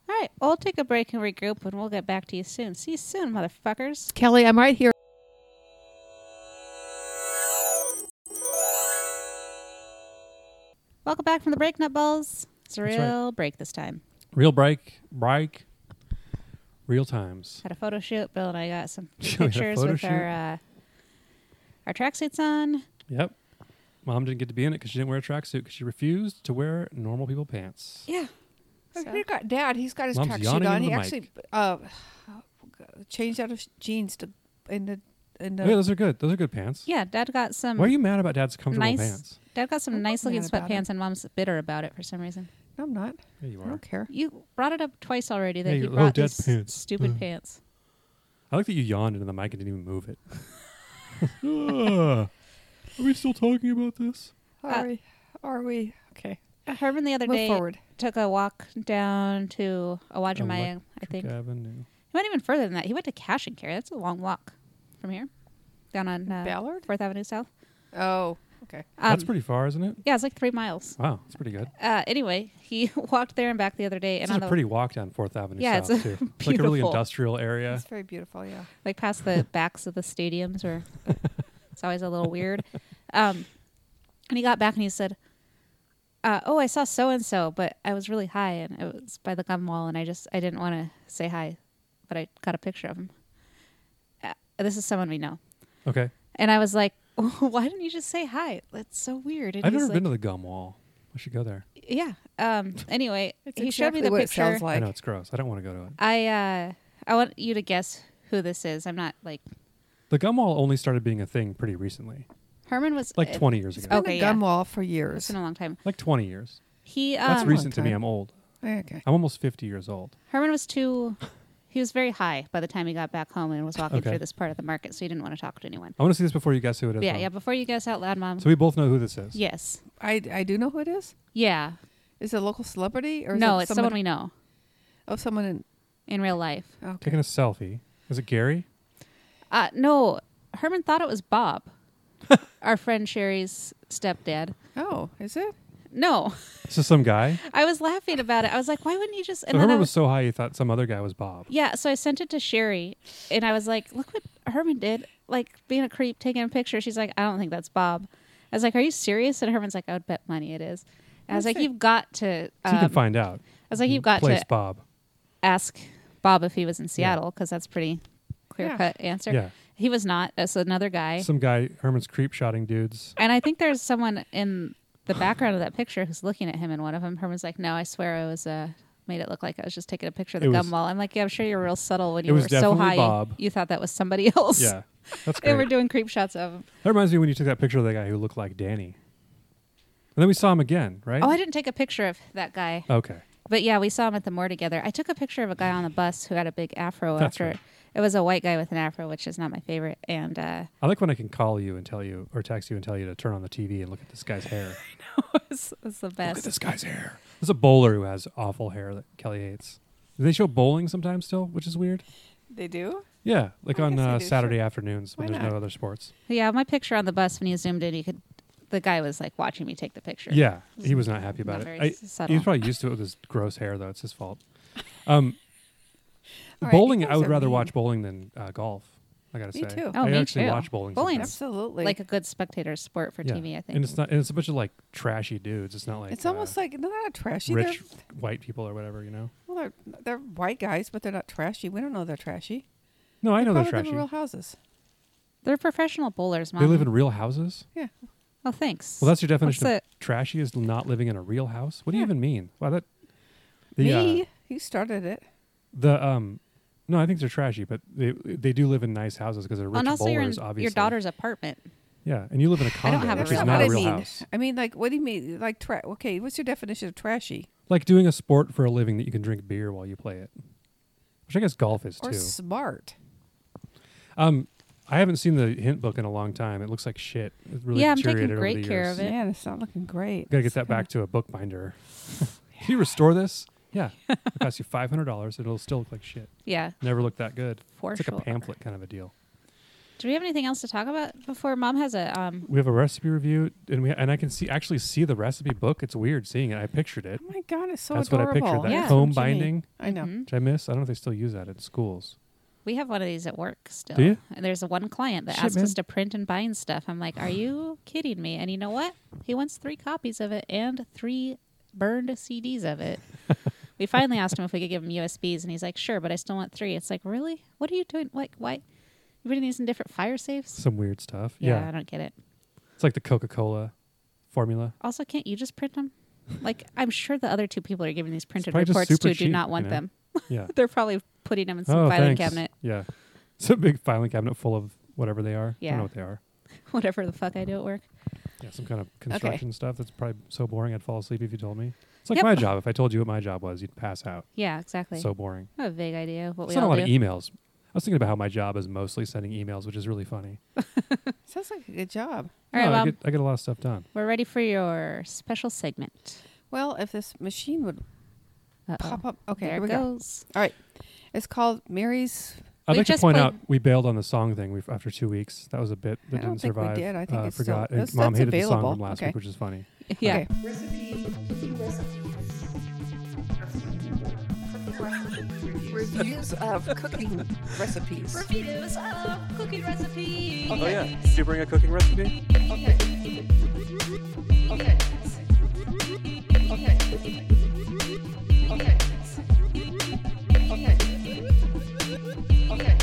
All right, we'll take a break and regroup, and we'll get back to you soon. See you soon, motherfuckers. Kelly, I'm right here. Welcome back from the break, nutballs. It's a That's real break this time. Real break, break, real times. Had a photo shoot. Bill and I got some We had a pictures photo with shoot. our uh, our tracksuits on. Yep. Mom didn't get to be in it because she didn't wear a tracksuit because she refused to wear normal people pants. Yeah. You got Dad. He's got his Mom's tracksuit yawning on. into He the actually uh, changed out of sh- jeans to in the in the. Yeah, those are good. Those are good pants. Yeah, Dad got some. Why are you mad about Dad's comfortable nice. pants? Dad got some I'm not nice looking mad about it. sweatpants, and Mom's bitter about it for some reason. No, I'm not. Yeah, you I are. don't care. You brought it up twice already that Yeah, he you're- oh, brought Dad's these pants. stupid Ugh. pants. I like that you yawned into the mic and didn't even move it. Ah, are we still talking about this? Are we? Are we? Okay. Herman Uh, the other Move day forward. took a walk down to Oh, Awajamaya, I think. Um, Avenue. He went even further than that. He went to Cash and Carry. That's a long walk from here, down on uh, Ballard? Fourth Avenue South. Um, Oh, Okay. That's pretty far, isn't it? Yeah, it's like three miles. Wow, it's pretty good. Uh, anyway, he walked there and back the other day, and This is on a the pretty walk down Fourth Avenue Yeah, it's South a too. It's like a really beautiful- industrial area. It's very beautiful. Yeah. like past the backs of the stadiums, or it's always a little weird. Um, and he got back and he said, uh, "Oh, I saw so and so, but I was really high, and it was by the gum wall, and I just I didn't want to say hi, but I got a picture of him. Uh, this is someone we know." Okay, And I was like, "Why didn't you just say hi? That's so weird." And I've he's never been to like, the Gum Wall. I should go there. Yeah. Um. Anyway, It's he showed me exactly the what picture. It sounds I like. know it's gross. I don't want to go to it. I uh, I want you to guess who this is. I'm not like The Gum Wall only started being a thing pretty recently, Herman was like uh, 20 years It's ago. been Okay, a yeah. gun wall for It's years. been a long time. Like 20 years. He That's um, recent to me. time. I'm old. Okay. I'm almost 50 years old. Herman was too. He was very high by the time he got back home and was walking Okay. through this part of the market, so he didn't want to talk to anyone. I want to see this before you guess who it is. yeah, though. yeah. Before you guess out loud, mom. So we both know who this is. yes. I, I do know who it is. Yeah. Is it a local celebrity or is No, it it's someone we know Oh, someone in. in real life. Okay. Taking a selfie. Is it Gary? Uh, no, Herman thought it was Bob, our friend Sherry's stepdad. Oh, is it? No, This is some guy. I was laughing about it. I was like, why wouldn't he just? So Herman I was, so high he thought some other guy was Bob. Yeah, so I sent it to Sherry, and I was like, "Look what Herman did! Like being a creep, taking a picture." She's like, "I don't think that's Bob." I was like, "Are you serious?" And Herman's like, "I would bet money it is." And I was That's like, it. "You've got to." So you Um, can find out. I was like, "You've got Place to Bob. ask Bob if he was in Seattle because that's pretty clear cut answer." Yeah. He was not. That's another guy, Some guy, Herman's creep shotting dudes. and I think there's someone in the background of that picture who's looking at him. And one of them, Herman's like, "No, I swear I was." Uh, Made it look like I was just taking a picture of It the was- gum wall. I'm like, yeah, I'm sure you're real subtle when It you was were so definitely high, you- Bob. You, thought that was somebody else. Yeah. That's They great. were doing creep shots of him. that reminds me when you took that picture of that guy who looked like Danny. And then we saw him again, right? Oh, I didn't take a picture of that guy. Okay. But yeah, we saw him at the moor together. I took a picture of a guy on the bus who had a big afro That's after right. it was a white guy with an afro, which is not my favorite. And uh I like when I can call you and tell you or text you and tell you to turn on the TV and look at this guy's hair. it's, it's the look at best. this guy's hair. There's a bowler who has awful hair that Kelly hates. Do they show bowling sometimes still, which is weird? They do. Yeah, like I on guess they uh, do, sure. Saturday afternoons when Why there's not? no other sports. Yeah, my picture on the bus when you zoomed in, you could the guy was like watching me take the picture. Yeah, he was not happy Not about very it. I- subtle. he's probably used to it with his gross hair, though. It's his fault. Um, All right, you bowling, I guys would are rather mean. watch bowling than uh, golf. I gotta Mm-hmm. Me say, too. Oh, I me actually too. watch bowling. Bowling's sometimes. Absolutely. Like a good spectator sport for Yeah. TV, I think. and it's not. And it's a bunch of like trashy dudes. It's not like it's uh, almost like they're not trashy. rich They're, white people or whatever. You know? well, they're they're white guys, but they're not trashy. We don't know they're trashy. No, I know they're Probably live trashy. in real houses. They're professional bowlers, mom. They live in real houses. Yeah. Oh, thanks. Well, that's your definition What's of trashy is not living in a real house. What do you Yeah. even mean? Wow, that the Me. uh, he started it. the um, no, I think they're trashy, but they they do live in nice houses because they're rich and also bowlers, you're in obviously. your daughter's apartment. yeah, and you live in a condo, have a which That's is real not a house. real I mean. house. I mean, like, what do you mean? Like, tra- okay, what's your definition of trashy? Like doing a sport for a living that you can drink beer while you play it, which I guess golf is Or too. smart? um, I haven't seen the hint book in a long time. It looks like shit. It's really Yeah, I'm taking deteriorated over great the care years. of it. Man, it's not looking great. Gotta get that back to a bookbinder. Can you restore this? Yeah, it costs you five hundred dollars. It'll still look like shit. Yeah. Never looked that good. For it's like sure. a pamphlet kind of a deal. Do we have anything else to talk about before mom has a um We have a recipe review, and we and I can see actually see the recipe book. It's weird seeing it. I pictured it. Oh my God, it's so That's what I adorable. pictured, that Yeah. foam That's what you mean. binding. I know. mhm. which I miss. I don't know if they still use that at schools. We have one of these at work still. Do you? And there's one client that Shit, asked man. us to print and bind stuff. I'm like, are you kidding me? And you know what? He wants three copies of it and three burned CDs of it. we finally asked him if we could give him USBs, and he's like, sure, but I still want three. It's like, really? What are you doing? Like, why? You putting these in different fire safes? Some weird stuff. Yeah, Yeah, I don't get it. it's like the Coca Cola formula. Also, can't you just print them? Like, I'm sure the other two people are giving these printed probably just reports to super do cheap, not want you know? them. Yeah. They're probably putting them in some oh, filing thanks. cabinet, Yeah, it's a big filing cabinet full of whatever they are. I Yeah. don't know what they are. whatever the fuck I do at work. Yeah, some kind of construction stuff that's probably so boring I'd fall asleep if you told me. It's like Yep. my job. If I told you what my job was, you'd pass out. Yeah, exactly. So boring. I have a vague idea of what I we sent a all lot do. of emails. I was thinking about how my job is mostly sending emails, which is really funny. Sounds like a good job. All right, No, I, Mom. get, I get a lot of stuff done. We're ready for your special segment. Well, if this machine would Uh-oh. pop up. Okay, there here it we go. goes. All right. It's called Mary's I'd We've like to just point played- out we bailed on the song thing we after two weeks. That was a bit that I don't didn't think we survive. did. I think uh, it's still- forgot. that's- and Mom that's hated the available. song from last Okay. week, which is funny. Yeah. Okay. Reviews of cooking recipes. Reviews of cooking recipes. Oh yeah. Did you bring a cooking recipe? Okay. Okay. Okay. Okay. Okay. Okay.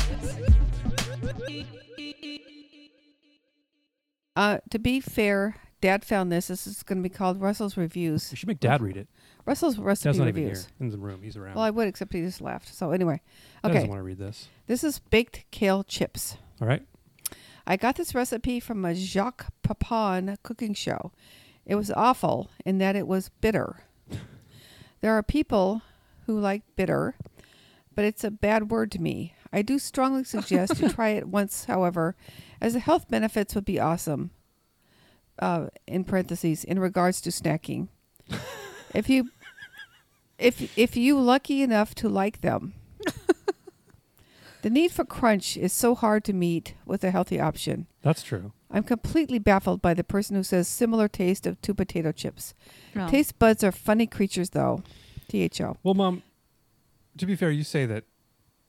Uh, to be fair, Dad found this. This is going to be called Russell's Reviews. We should make Dad read it. Russell's recipe Dad's not even here reviews. in the room. He's around. Well, I would, except he just left. So anyway, Dad okay. doesn't want to read this. This is baked kale chips. All right. I got this recipe from a Jacques Papin cooking show. It was awful in that it was bitter. There are people who like bitter, but it's a bad word to me. I do strongly suggest you try it once, however, as the health benefits would be awesome. Uh, in parentheses, in regards to snacking, if you, if if you lucky enough to like them, the need for crunch is so hard to meet with a healthy option. That's true. I'm completely baffled by the person who says similar taste of two potato chips. Oh. Taste buds are funny creatures, though. THO. Well, Mom, to be fair, you say that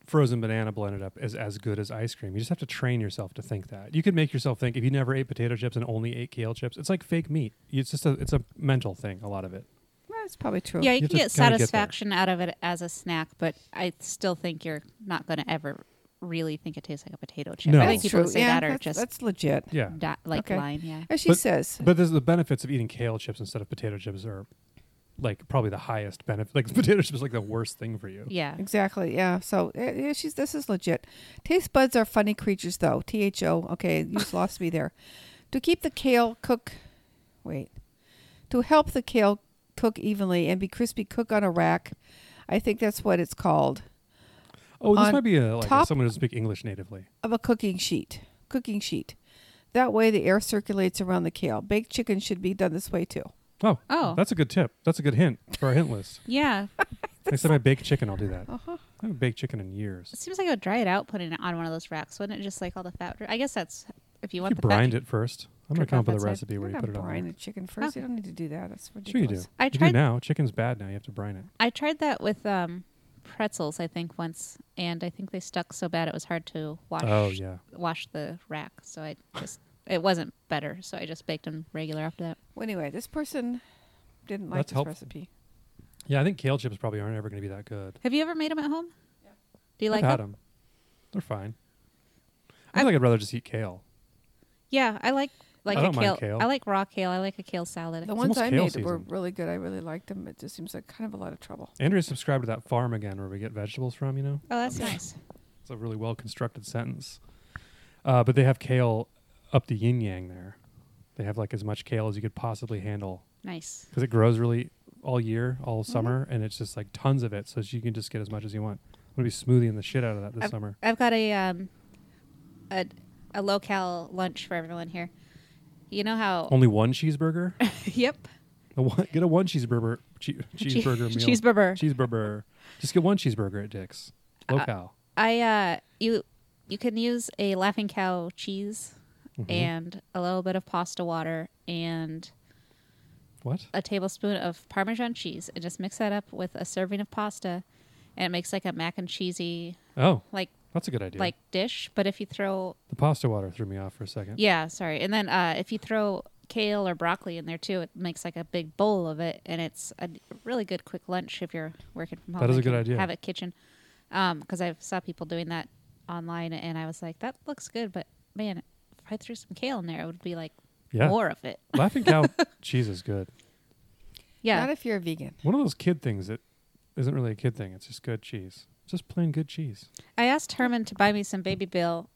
frozen banana blended up is as good as ice cream. You just have to train yourself to think that. You can make yourself think if you never ate potato chips and only ate kale chips, it's like fake meat. It's just a it's a mental thing. A lot of it. Well, that's probably true. Yeah, You you can just get kinda get there. satisfaction out of it as a snack, but I still think you're not going to ever really think it tastes like a potato chip. No. I that's think people true. who say yeah, that are that's, just that's legit. Yeah. not, like Okay. lying. Yeah. As she But- says, But there's the benefits of eating kale chips instead of potato chips are like probably the highest benefit. Like potato chips is like the worst thing for you. Yeah. exactly. Yeah. So eh, yeah, she's this is legit. Taste buds are funny creatures, though. THO. Okay, you just lost me there. To keep the kale cook, wait, to help the kale cook evenly and be crispy, cook on a rack. I think that's what it's called. Oh, this On might be a, like top- someone who speak English natively. of a cooking sheet. Cooking sheet. That way the air circulates around the kale. Baked chicken should be done this way too. Oh, Oh. that's a good tip. That's a good hint for our hint list. Yeah. Next time I bake chicken, I'll do that. Uh-huh. I haven't baked chicken in years. It seems like I would dry it out putting it on one of those racks, wouldn't it? Just like all the fat. dri- I guess that's if you want You the fat. brined to- it first. I'm gonna Cook come off up with a outside. recipe where You're you not put it on. brine there. the chicken first. You don't need to do that. That's Sure, you do. ridiculous. I you do tried- now. Chicken's bad now. You have to brine it. I tried that with um, pretzels, I think, once, and I think they stuck so bad it was hard to wash. Oh, yeah. Wash the rack, so I just it wasn't better, so I just baked them regular after that. Well, anyway, this person didn't like That's this helpful. recipe. Yeah, I think kale chips probably aren't ever gonna be that good. Have you ever made them at home? Do you like I've had them? them. They're fine. I think I'd rather just eat kale. Yeah, I like like I a don't mind kale, kale. I like raw kale. I like a kale salad. Oh, The ones almost I kale made were season. really good. I really liked them. It just seems like kind of a lot of trouble. Andrea subscribed to that farm again where we get vegetables from. You know. oh, that's nice. It's a really well constructed sentence. Uh, but they have kale up the yin yang there. They have like as much kale as you could possibly handle Nice. because it grows really all year, all Mm-hmm. summer, and it's just like tons of it. So you can just get as much as you want. I'm gonna be smoothieing the shit out of that this I've, summer. I've got a um a a locale lunch for everyone here. You know how? Only one cheeseburger. yep. The one- get a one cheeseburger che- cheeseburger meal. cheeseburger. Cheeseburger. Just get one cheeseburger at Dick's. Locale. I uh you you can use a laughing cow cheese and a little bit of pasta water and what? a tablespoon of parmesan cheese and just mix that up with a serving of pasta and it makes like a mac and cheesy Oh, like that's a good idea. like dish but if you throw the pasta water threw me off for a second. yeah sorry and then uh if you throw kale or broccoli in there too it makes like a big bowl of it and it's a really good quick lunch if you're working from home That is and a good can idea. have a kitchen um because i saw people doing that online and i was like that looks good but man if i threw some kale in there it would be like Yeah. more of it Laughing cow cheese is good. yeah Not if you're a vegan. One of those kid things that isn't really a kid thing. It's just good cheese. It's just plain good cheese. I asked Herman to buy me some Baby Bill,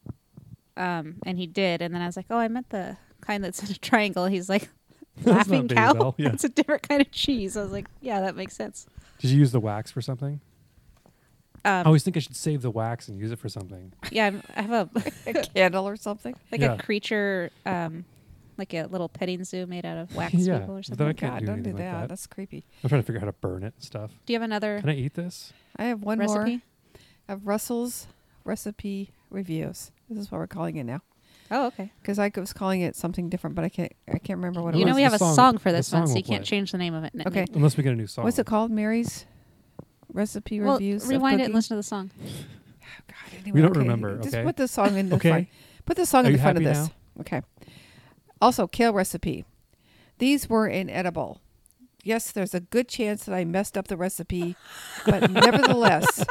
um, and he did. And then I was like, "Oh, I meant the kind that's in a triangle." He's like, That's "Laughing not Baby cow? Bell, yeah. That's a different kind of cheese." I was like, "Yeah, that makes sense." Did you use the wax for something? I Um, always think I should save the wax and use it for something. yeah, I'm, I have a A candle or something. like Yeah. a creature, um, like a little petting zoo made out of wax Yeah, people or but something. I can't God, do not do anything that. like that. That's creepy. I'm trying to figure out how to burn it and stuff. Do you have another Can I eat this? I have one recipe? more of Russell's recipe reviews. This is what we're calling it now. Oh, okay. Because I was calling it something different, but I can't I can't remember what Well, you it know that's we was. the have a song- song for the this song one, so we'll you can't play. change the name of it. n- Okay. n- Unless we get a new song. What's it called? Mary's recipe Well, reviews. of rewind it and cooking? listen to the song. Oh, God, anyway, don't remember, Just okay? put the song in the Okay. front. Put the song Are in you the front of happy this. Okay. Also, kale recipe. These were inedible. Yes, there's a good chance that I messed up the recipe, but nevertheless,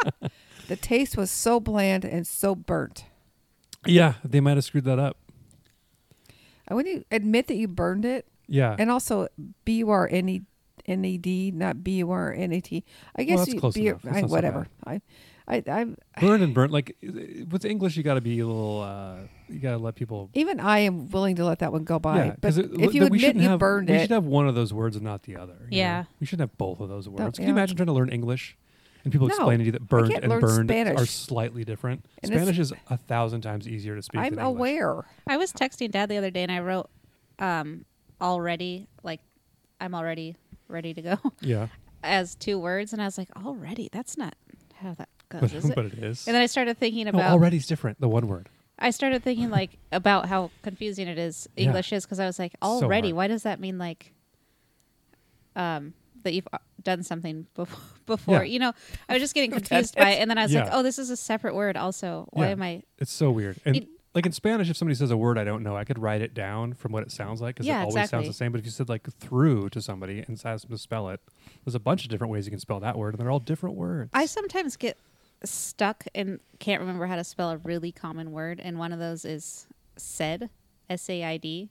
the taste was so bland and so burnt. Yeah, they might have screwed that up. I when you admit that you burned it, Yeah. and also B U R N E N E D, not B U R N E T. I guess that's you close B- enough. That's I- not so E, whatever. I, I, I'm burn and burn. Like i- with English, you got to be a little. Uh, you got to let people. even I am willing to let that one go by. yeah, 'cause but it- if you that we admit shouldn't you have, burned we it, should have one of those words and not the other. you know? Yeah. we should have both of those words. Can yeah. you imagine trying to learn English and people No, explaining to you I that burned can't and learn burned Spanish. are slightly different? And it's- Spanish is a thousand times easier to speak. I'm than English. aware. Oh, I was texting Dad the other day, and I wrote, um, "Already, like, I'm already ready to go," Yeah, as two words, and I was like, "Already? That's not how that but, goes, is it?" but it is. And then I started thinking no, um, about already's different. The one word. I started thinking like about how confusing it is Yeah. English is because I was like So already hard. why does that mean like um that you've uh, done something before before Yeah. you know I was just getting confused by it and then I was like Yeah. oh this is a separate word also why Yeah. am I It's so weird. And It- like in Spanish, if somebody says a word I don't know, I could write it down from what it sounds like because Yeah, it always sounds exactly. the same. But if you said like through to somebody and asked them to spell it, there's a bunch of different ways you can spell that word, and they're all different words. I sometimes get stuck and can't remember how to spell a really common word and one of those is said S A I D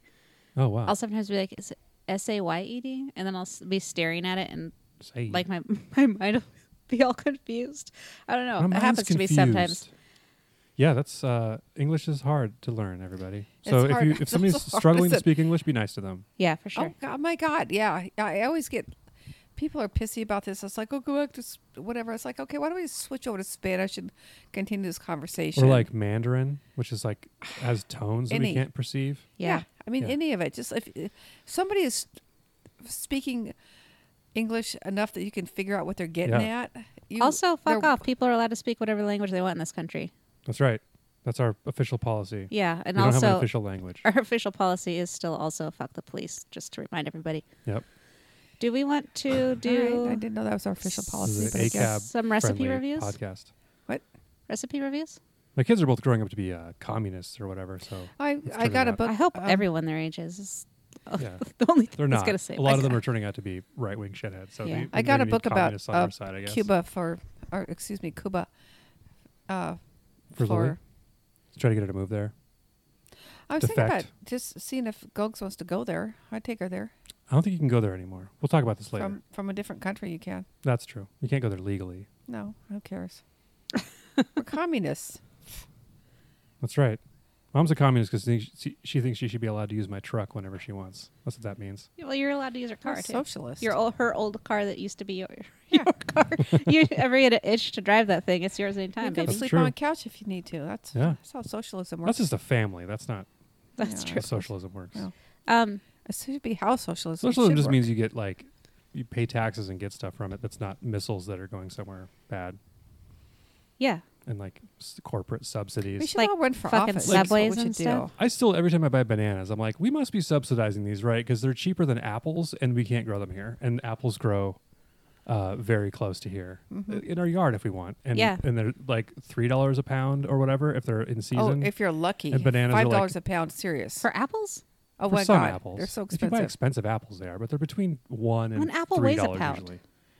oh wow. I'll sometimes be like is it S A Y E D and then I'll s- be staring at it and Say. like my my mind will be all confused. I don't Oh, My know. it mind's happens to me sometimes. confused. Yeah, that's uh, English is hard to learn. Everybody. So It's if hard. you It's if somebody's also hard, struggling to isn't it? speak English, be nice to them. Yeah, for sure. Oh, God, my God. Yeah. I I always get people are pissy about this. It's like, oh, go back to s- whatever. It's like, okay, why don't we switch over to Spanish and continue this conversation? Or like Mandarin, which is like has tones that we Any. can't perceive. yeah. yeah. I mean, Yeah. any of it. Just if, if somebody is speaking English enough that you can figure out what they're getting Yeah. at. You, also, fuck they're- off. People are allowed to speak whatever language they want in this country. That's right. That's our official policy. Yeah, and we don't have an also official language. our official policy is still also fuck the police. Just to remind everybody. Yep. Do we want to All right, do I didn't know that was our official This policy. is But an I ACAB guess. some recipe friendly reviews? podcast. What? recipe reviews? My kids are both growing up to be uh, communists or whatever, so Oh, I, Let's I turn got it a up. book. I hope um, everyone their age is- is yeah, the only thing they're that's not. gonna save. A lot of us. them are turning out to be right wing shitheads. So Yeah. they- I got they a need book about communists on uh, their side, I guess. Cuba for, or excuse me, Cuba. Uh, For Lily? Let's try to get her to move there. I was thinking Defect. about just seeing if Gogs wants to go there. I'd take her there. I don't think you can go there anymore. We'll talk about this later. From from a different country, you can. That's true. You can't go there legally. No, who cares? We're communists. That's right. Mom's a communist because she, she thinks she should be allowed to use my truck whenever she wants. That's what that means. Well, you're allowed to use her We're car too. socialists. Your old, her old car that used to be your, your car. you ever get an itch to drive that thing? It's yours you anytime, can baby. That's sleep true. on a couch if you need to. That's Yeah. that's how socialism works. That's just a family. That's not That's Yeah. how true. socialism works. Yeah. Um, it should be how socialism. it Socialism should just work. means you get like you pay taxes and get stuff from it. That's not missiles that are going somewhere bad yeah. and like s- corporate we subsidies. should like all run for fucking office. That's what subways we and should stuff. do. I still every time I buy bananas, I'm like, we must be subsidizing these, right? Because they're cheaper than apples, and we can't grow them here. And apples grow uh, very close to here Mm-hmm. uh, in our yard if we want. And Yeah. and they're like three dollars a pound or whatever if they're in season. Oh, if you're lucky, And bananas are five like- dollars a pound. Serious. For apples? oh for my some god, apples, they're so If you buy expensive. expensive apples, they are, but they're between one and An apple three weighs a dollars pound. usually.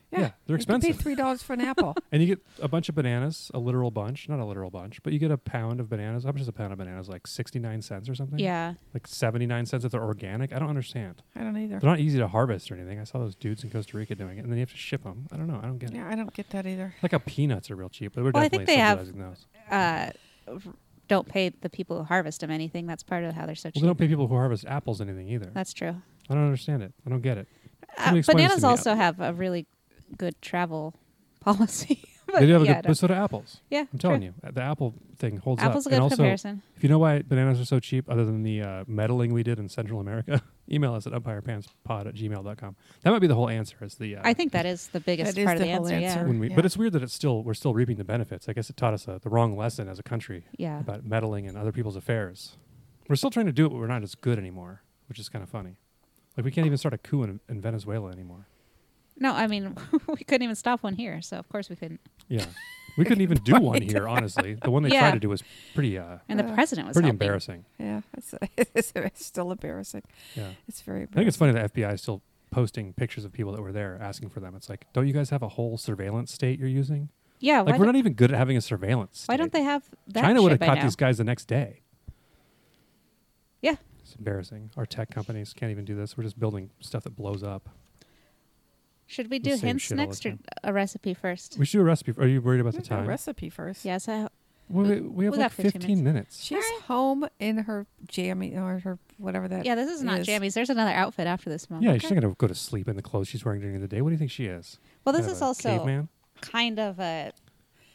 Yeah, yeah, they're You can Pay expensive. three dollars for an apple. And you get a bunch of bananas, a literal bunch, not a literal bunch, but you get a pound of bananas. How much is a pound of bananas? Like 69 cents or something? Yeah. Like 79 cents if they're organic? I don't understand. I don't either. They're not easy to harvest or anything. I saw those dudes in Costa Rica doing it, and then you have to ship them. I don't know. I don't get it. Yeah, I don't get that either. Like how peanuts are real cheap, but we're Well, I definitely think they have- subsidizing those. Uh, don't pay the people who harvest them anything. That's part of how they're so Well, cheap. they don't pay people who harvest apples anything either. That's true. I don't understand it. I don't get it. Uh, Somebody explain this to bananas me. also have a really good travel policy. They do have a yeah, I good, don't- but so do apples. yeah, I'm telling you, the apple thing holds Apple's up. a good and also, comparison. if you know why bananas are so cheap, other than the uh, meddling we did in Central America, email us at umpirepantspod at gmail.com. That might be the whole answer. Is the uh, I think that is the biggest That is part of the the whole answer. answer. when we, yeah. but it's weird that it's still we're still reaping the benefits. I guess it taught us a, the wrong lesson as a country Yeah, yeah. about meddling in other people's affairs. We're still trying to do it, but we're not as good anymore, which is kind of funny. Like we can't even start a coup in, in Venezuela anymore. No, I mean we couldn't even stop one here, so of course we couldn't. Yeah, we couldn't even do one here. Honestly, the one they Yeah. tried to do was pretty uh, And the Uh, president was pretty helping. embarrassing. Yeah, it's, it's, it's still embarrassing. Yeah. It's very. I think it's funny that FBI is still posting pictures of people that were there asking for them. It's like, don't you guys have a whole surveillance state you're using? Yeah, Like, why, we're don't, not even good at having a surveillance. why don't state. they have that? China would have shit by caught now? these guys the next day. Yeah. It's embarrassing. Our tech companies can't even do this. We're just building stuff that blows up. Should we the do same hints shit all the next or time. a recipe first? We should do a recipe. Are you worried about the a time? recipe first. yes, I, Well, we, we have We like got 15 15, minutes. She's home in her jammy or her whatever that. yeah. This is not jammies. There's another outfit after this moment. Yeah, she's not going to go to sleep in the clothes she's wearing during the day. What do you think she is? Well, this Kind of is a also Caveman? kind of a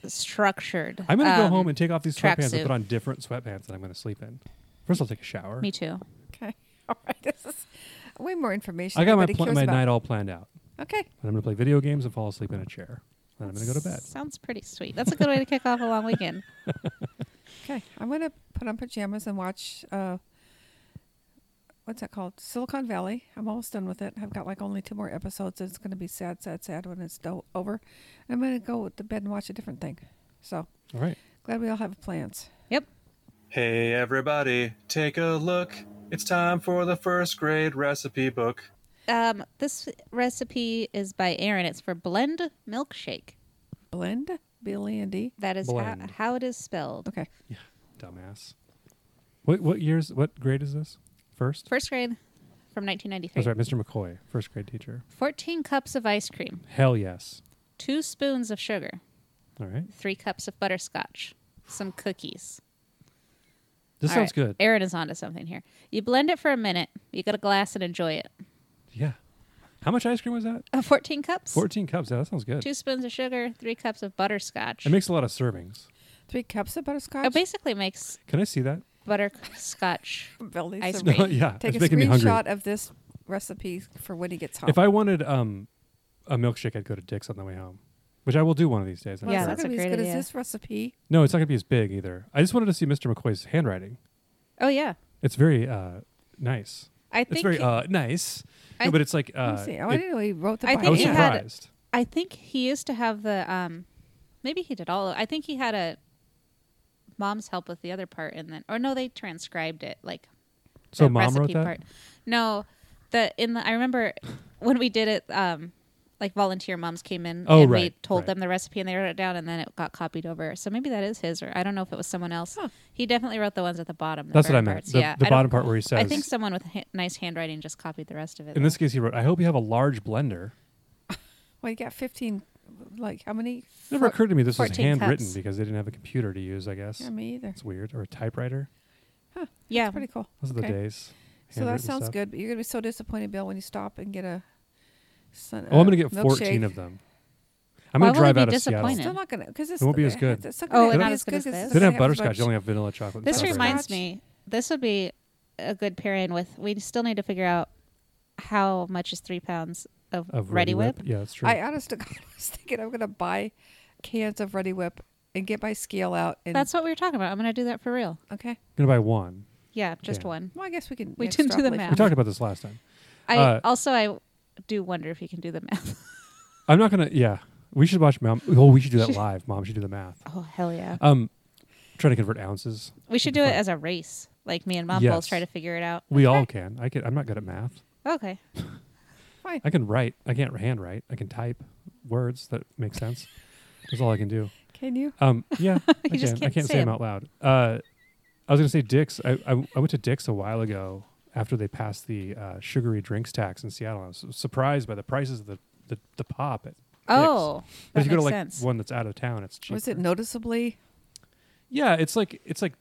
structured. I'm going to um, go home and take off these sweatpants and tracksuit. put on different sweatpants that I'm going to sleep in. First, I'll take a shower. um, Me too. Okay. All right. This is way more information. I got than my, anybody pl- cares my about. night all planned out. Okay. And I'm going to play video games and fall asleep in a chair. And I'm going to go to bed. Sounds pretty sweet. That's a good way to kick off a long weekend. Okay. I'm gonna put on pajamas and watch. Uh, what's that called? Silicon Valley. I'm almost done with it. I've got like only two more episodes. It's gonna be sad, sad, sad when it's do- over. I'm gonna go to bed and watch a different thing. So All right. glad we all have plans. Yep. Hey, everybody, take a look. It's time for the first grade recipe book. Um, this recipe is by Aaron. It's for blend milkshake. Blend. Billy and D. That is how, Blend. how it is spelled. Okay. Dumbass. What what years? What grade is this? First. First grade from 1993. That's right, Mr. McCoy, first grade teacher. 14 cups of ice cream, Hell yes. two spoons of sugar, All right. three cups of butterscotch, some cookies. This All sounds right, good. Aaron is onto something here. You blend it for a minute. You get a glass and enjoy it. yeah. How much ice cream was that? Uh, 14 cups, Fourteen cups. Yeah, that sounds good. two spoons of sugar, three cups of butterscotch. It makes a lot of servings. Three cups of butterscotch. it basically makes Can I see that? butterscotch. Billy's ice a- cream. Great. yeah. Take it's a making me hungry. screenshot of this recipe for when he gets home. If I wanted um a milkshake, I'd go to Dick's on the way home. Which I will do one of these days. I'm well, Yeah, it's sure. that's a not gonna be as great good idea. as this recipe. No, it's not gonna be as big either. I just wanted to see Mr. McCoy's handwriting. Oh, yeah. It's very uh nice. I It's think very he- uh nice. I No, but it's like Let me uh see. Oh, I it- didn't know he wrote the I I Bible. was think he Yeah. had- surprised. I think he used to have the um maybe he did all of, I think he had a mom's help with the other part and then or no they transcribed it like So the mom recipe wrote that. part. No, the in the I remember when we did it um like volunteer moms came in Oh, and we right, told right. them the recipe and they wrote it down and then it got copied over. So maybe that is his or I don't know if it was someone else. He definitely wrote the ones at the bottom. the That's what bird I meant. parts. The, yeah, the I don't- bottom part where he says. I think someone with ha- nice handwriting just copied the rest of it. In though. this case, he wrote, "I hope you have a large blender." Well, you got 15, like, how many? It never occurred to me this was 14 handwritten cups. because they didn't have a computer to use. I guess Yeah, me either. it's weird, or a typewriter. yeah, Pretty cool. Those are the Okay. days. So that handwritten sounds stuff. good, but you're going to be so disappointed, Bill, when you stop and get a. Sun, Oh, I'm gonna uh, get 14 milkshake. of them. I'm Why gonna would I drive be out of Seattle. disappointed? They Still not gonna, because It won't be as good. It's not Oh, gonna and be not as as good good as 'cause this? it's didn't have gonna as butterscotch. much- You only have vanilla chocolate. and This strawberry. reminds me. This would be a good pairing with. We still need to figure out how much is three pounds of, of Ready Whip. Yeah, that's true. I honest to God was thinking I'm going to buy cans of Ready Whip and get my scale out. And, That's what we were talking about. I'm going to do that for real. Okay. I'm gonna buy one. Yeah, just Yeah. one. Well, I guess we can. We didn't do the extrapolate from math. We talked about this last time. I Uh, also I do wonder if you can do the math. I'm not gonna. Yeah, we should watch. Mom. Oh, we should do that live. Mom should do the math. oh hell yeah! Um, trying to convert ounces. we should do it as a race. Like me and mom both Yes. try to figure it out. We all can. I can. I'm not good at math. Okay. I can write. I can't handwrite. I can type words that make sense. That's all I can do. Can you? Um, yeah, I You can. just I can't can't say say them 'em. out loud. Uh, I was gonna say Dick's. I, I I went to Dick's a while ago after they passed the uh, sugary drinks tax in Seattle. I was surprised by the prices of the the, the pop at. Oh, Dick's. that but if you go to makes like sense. one that's out of town, it's cheaper. Was it noticeably? Yeah, it's like it's like.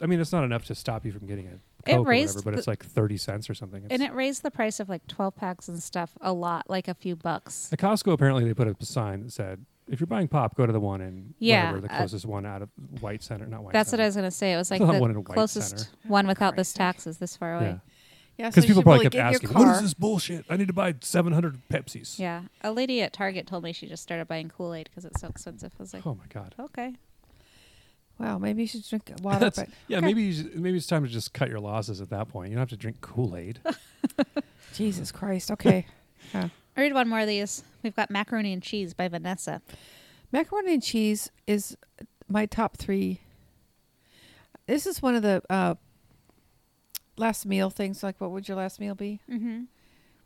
I mean, it's not enough to stop you from getting it. It Coke or raised whatever, but the- it's like thirty cents or something. It's, and it raised the price of like twelve packs and stuff a lot, like a few bucks. At Costco, apparently they put up a sign that said If you're buying pop, go to the one in Yeah, whatever the uh, closest one out of White Center, not White. That's what Center. I was gonna say. It was like thought the one in a white closest center. one without this Christ's sake. tax is this far away. Yeah, so Because you people should probably really kept get in your asking, "What is car. this bullshit? I need to buy 700 Pepsis." Yeah. a lady at Target told me she just started buying Kool Aid because it's so expensive. I was like, Oh my god. okay, Wow, maybe you should drink water. That's, but yeah, maybe you should- maybe it's time to just cut your losses at that point. You don't have to drink Kool Aid. Jesus Christ. Okay. Yeah. I read one more of these. We've got macaroni and cheese by Vanessa. Macaroni and cheese is my top three. This is one of the uh, last meal things. Like, what would your last meal be? Mm-hmm.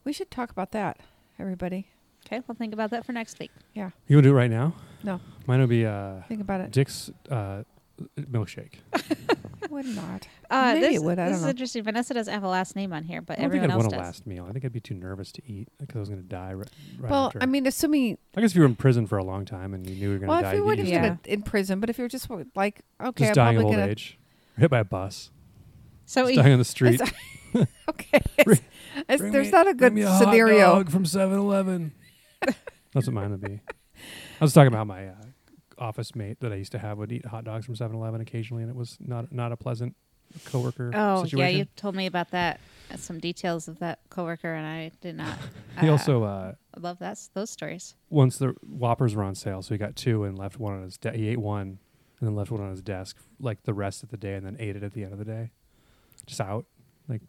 We should talk about that, everybody. Okay, we'll think about that for next week. Yeah. you want to do it right now? No, Mine will be uh, think about it. Dick's uh, milkshake. I would not. Uh, Maybe this, it would. I this don't is know. interesting. Vanessa doesn't have a last name on here, but I don't think everyone I'd else want a does. last meal. I think I'd be too nervous to eat because I was going to die right, right well, after. I mean, assuming. I guess if you were in prison for a long time and you knew you were going to Well, die, if you you'd weren't just, Yeah. even in prison, but if you were just like, okay, just dying I'm probably of old gonna. age, hit by a bus, So just we- dying on the street. It's- okay. It's, it's- Bring there's me- not a bring good me scenario. Hot dog from 7-Eleven. That's what mine would be. I was talking about my uh, office mate that I used to have would eat hot dogs from 7-Eleven occasionally, and it was not not a pleasant coworker oh yeah, situation. you told me about that. uh, Some details of that coworker, and I did not. he uh, also uh, love that those stories. once the Whoppers were on sale, so he got two and left one on his. De- he ate one and then left one on his desk like the rest of the day, and then ate it at the end of the day, just out. Like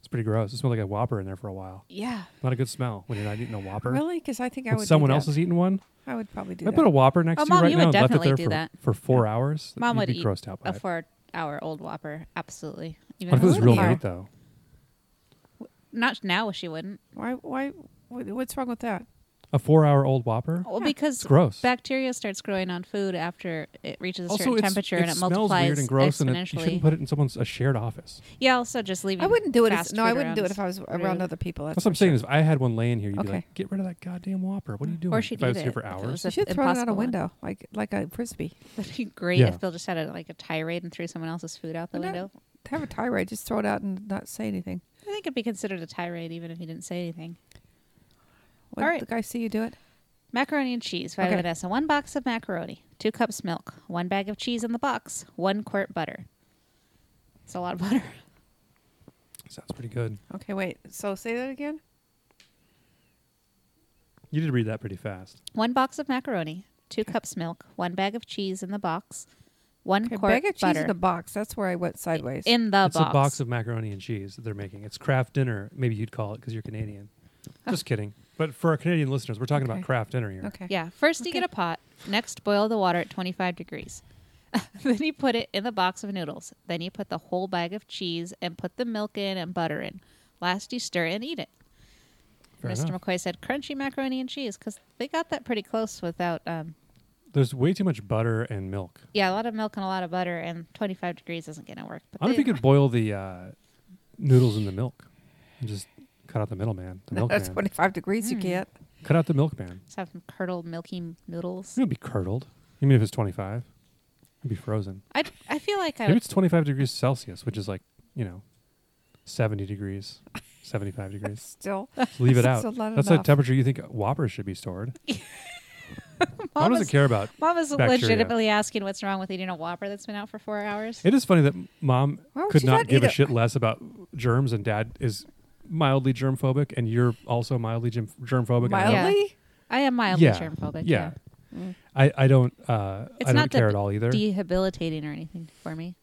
it's pretty gross. It smelled like a Whopper in there for a while. Yeah, Not a good smell when you're not eating a Whopper. Really? Because I think I When would. do someone that. else has eaten one. I would probably do I that. put a Whopper next Oh, to Mom, you right you would now and left it definitely there do for, that. for four hours. Mom You'd would be eat grossed out by a it. four-hour-old Whopper, absolutely. Even What if it was Would real you? meat though? Not now, she wouldn't. Why? Why? What, what's wrong with that? A four-hour-old Whopper. Well, because gross. bacteria starts growing on food after it reaches a Also, certain it's, temperature it and it smells multiplies weird and gross, and it, you exponentially. shouldn't put it in someone's a shared office. yeah, also just leaving. I wouldn't do it. fast If, no, food I wouldn't do it around if I was around rude. other people. That's That's what I'm saying is, if I had one laying here, you'd be Okay. like, "Get rid of that goddamn Whopper! What are you doing?" Or she'd if I was eat here it for if it hours, was you It's should throw it out a impossible. window, like like a frisbee. That'd be great Yeah. if Bill just had a, like a tirade and threw someone else's food out the Well, no. window. Have a tirade. Just throw it out and not say anything. I think it'd be considered a tirade even if he didn't say anything. What, All right. The guy see you do it. Macaroni and cheese by Okay. Vanessa. One box of macaroni, two cups milk, one bag of cheese in the box, one quart butter. It's a lot of butter. sounds pretty good. Okay, wait. So say that again. You did read that pretty fast. One box of macaroni, two cups milk, one bag of cheese in the box, one Okay, quart bag of cheese butter in the box. That's where I went sideways. in the it's box. a box of macaroni and cheese that they're making. It's craft dinner. Maybe you'd call it because you're Canadian. Just kidding. But for our Canadian listeners, we're talking Okay. about craft dinner here. okay. Yeah. First, you get a pot. Next, boil the water at 25 degrees. then you put it in the box of noodles. Then you put the whole bag of cheese and put the milk in and butter in. Last, you stir and eat it. Fair Mr. enough. McCoy said crunchy macaroni and cheese because they got that pretty close without. Um, There's way too much butter and milk. yeah, a lot of milk and a lot of butter, and 25 degrees isn't going to work. But I wonder if they- you could boil the uh, noodles in the milk and just cut out the middleman, the That's milkman. 25 degrees. Hmm. You can't. Cut out the milkman. just have some curdled milky noodles. It'll be curdled. You mean if it's 25? It'd be frozen. I, I feel like I Maybe would. it's 25 degrees Celsius, which is like, you know, 70 degrees, 75 degrees. Still. Just leave it out. That's a lot That's the enough. temperature you think Whoppers should be stored. Mom Mom doesn't is, care about. Mom is bacteria. legitimately asking what's wrong with eating a Whopper that's been out for four hours. It is funny that mom Why would could you not not give eat a it? shit less about germs, and dad is mildly germ phobic, and you're also mildly germ phobic. Mildly. I am mildly Yeah. germ phobic. Yeah. I, I don't uh, Mm. It's I don't not that care at all either. Debilitating or anything for me.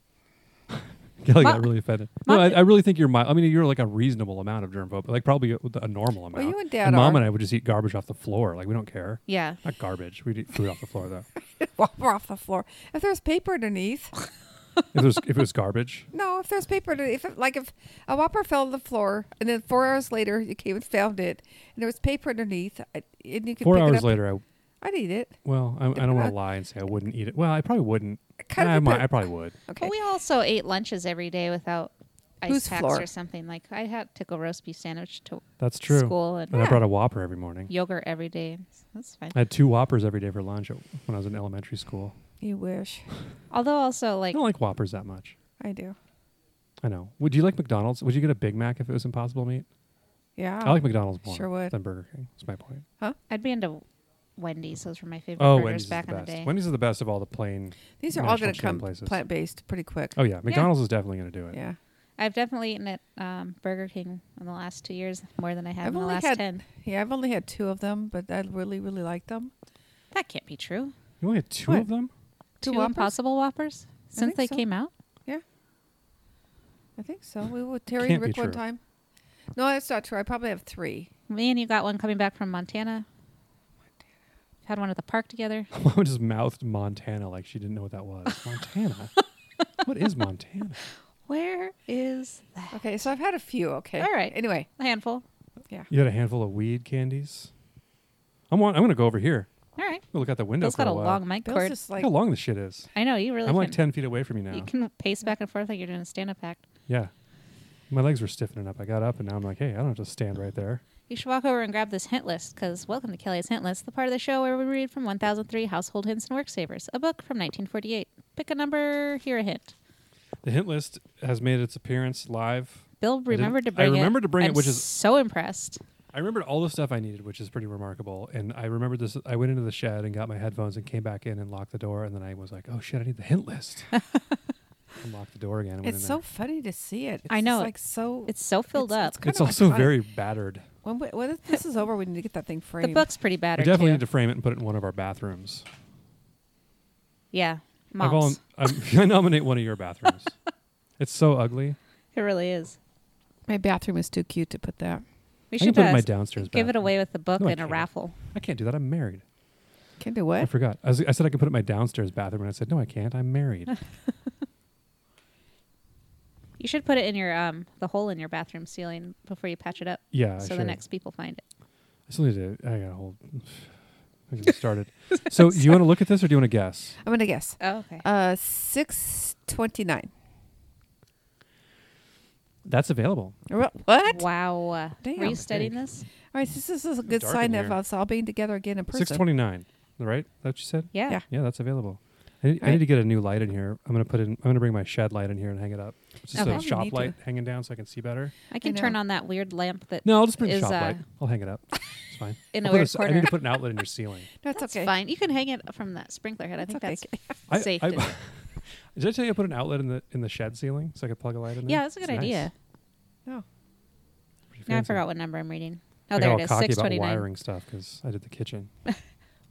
Kelly Ma- got really offended. Ma- no, I, I really think you're. Mi- I mean, you're like a reasonable amount of germ phobic, like probably a, a normal amount. you and Dad mom are. and I would just eat garbage off the floor. Like we don't care. Yeah. Not garbage. We'd eat food off the floor though. Well, we're off the floor. If there's paper underneath. If it was, if it was garbage, No, if there's paper, to- if it, like if a whopper fell on the floor and then four hours later you came and found it and there was paper underneath, I, and you could four pick it hours up, later, I I'd eat it. well, I, I don't want Uh, to lie and say I wouldn't eat it. Well, I probably wouldn't. Kind of I, a might- bit- I probably would. Okay, But we also ate lunches every day without ice Whose packs floor? or something. Like I had tickle roast beef sandwich to That's true. school and And I brought a Whopper every morning. yogurt every day. That's fine. I had two Whoppers every day for lunch at, when I was in elementary school. you wish. Although also I like don't like Whoppers that much. I do. I know. Would you like McDonald's? Would you get a Big Mac if it was Impossible Meat? Yeah. Oh, I like McDonald's more Sure would. than Burger King. That's my point. I'd be into Wendy's. Those were my favorite Oh, burgers Wendy's is the back in the best. day. Wendy's is the best of all the plain. These are all National going to chain come places. plant based pretty quick. Oh yeah, McDonald's is definitely going to do it. yeah. I've definitely eaten at um, Burger King in the last two years more than I have I've in the only last had ten. yeah, I've only had two of them, but I really really like them. That can't be true. You only had two What? of them. Two Two, Whoppers? Impossible Whoppers since think they so. came out. I think so. We were Terry Can't and be Rick one true. time. No, that's not true. I probably have three. Me and you got one coming back from Montana. Had one at the park together. Mom just mouthed Montana like she didn't know what that was. Montana. what is Montana? Where is that? Okay, so I've had a few. Okay, All right. Anyway, A handful. You had a handful of weed candies. I'm on, I'm going to go over here. All right. I'm gonna look out the window. Bill's for got a while. long mic Bill's cord. just Look like how long this shit is. I know you really. I'm like can, ten feet away from you now. You can pace back and forth like you're doing a stand-up act. Yeah. My legs were stiffening up. I got up and now I'm like, hey, I don't have to stand right there. You should walk over and grab this hint list because welcome to Kelly's Hint List, the part of the show where we read from 1003 Household Hints and Worksavers, a book from 1948. Pick a number, hear a hint. The hint list has made its appearance live. Bill remembered I to bring it. remembered to bring it, I'm which is- so impressed. I remembered all the stuff I needed, which is pretty remarkable. And I remembered this. I went into the shed and got my headphones and came back in and locked the door. And then I was like, oh shit, I need the hint list. Unlocked the door again. And went it's in so there. funny to see it. It's I just, know. like so. It's so filled It's- up. it's kind it's of also iconic. very battered. When, we- when this is over, we need to get that thing framed. the book's pretty I battered. definitely too. need to frame it and put it in one of our bathrooms. Yeah, I, moms. volun- I'm- I nominate one of your bathrooms. it's so ugly. it really is. My bathroom is too cute to put that. We I can should put it in my uh, downstairs give it bathroom. away with the book No, I in a can't. raffle. I can't do that. I'm married. Can do I what? forgot. I, was, I said I could put it in my downstairs bathroom, and I said no, I can't. I'm married. You should put it in your um the hole in your bathroom ceiling before you patch it up, Yeah. I so the should. next people find it. I still need to. I got a whole. I got started. so you want to look at this, or do you want to guess? I'm gonna guess. Oh, okay. Uh, six twenty nine. That's available. What? All wow. Damn. Were you studying this? right, so this is a good dark sign in of here. us all being together again in person. Six twenty nine. Right? That what you said? Yeah. Yeah. Yeah, that's available. I need, I Right. need to get a new light in here. I'm gonna put in. I'm gonna bring my shed light in here and hang it up. It's just Okay. a Probably shop need light hanging down so I can see better. I can know. turn on that weird lamp that No, I'll just bring the Is, shop uh, light. I'll hang it up. It's fine. in I'll a put weird s- I corner. need to put an outlet in your ceiling. No, it's that's okay. fine. You can hang it from that sprinkler head. I That's think okay. I- that's safe. I- to do. Did I tell you I put an outlet in the in the shed ceiling so I could plug a light in? there? yeah, that's a good It's nice. idea. No. Pretty Now I fancy. forgot what number I'm reading. I Oh, got there all it is. cocky Six about twenty nine. wiring stuff because I did the kitchen.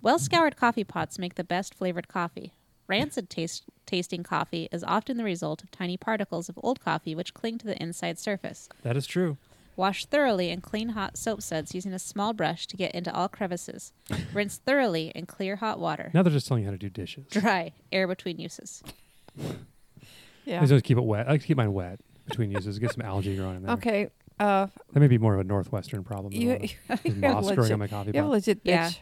Well scoured coffee pots make the best flavored coffee. Rancid taste, tasting coffee is often the result of tiny particles of old coffee which cling to the inside surface. That is true. Wash thoroughly and clean hot soap suds using a small brush to get into all crevices. Rinse thoroughly and clear hot water. Now they're just telling you how to do dishes. Dry, air between uses. I Yeah. just always keep it wet. I like to keep mine wet between uses. Get some algae growing in there. Okay. Uh, That may be more of a northwestern problem. Than You- you, you're moss growing legit. on my coffee you have a pot. legit Yeah. bitch,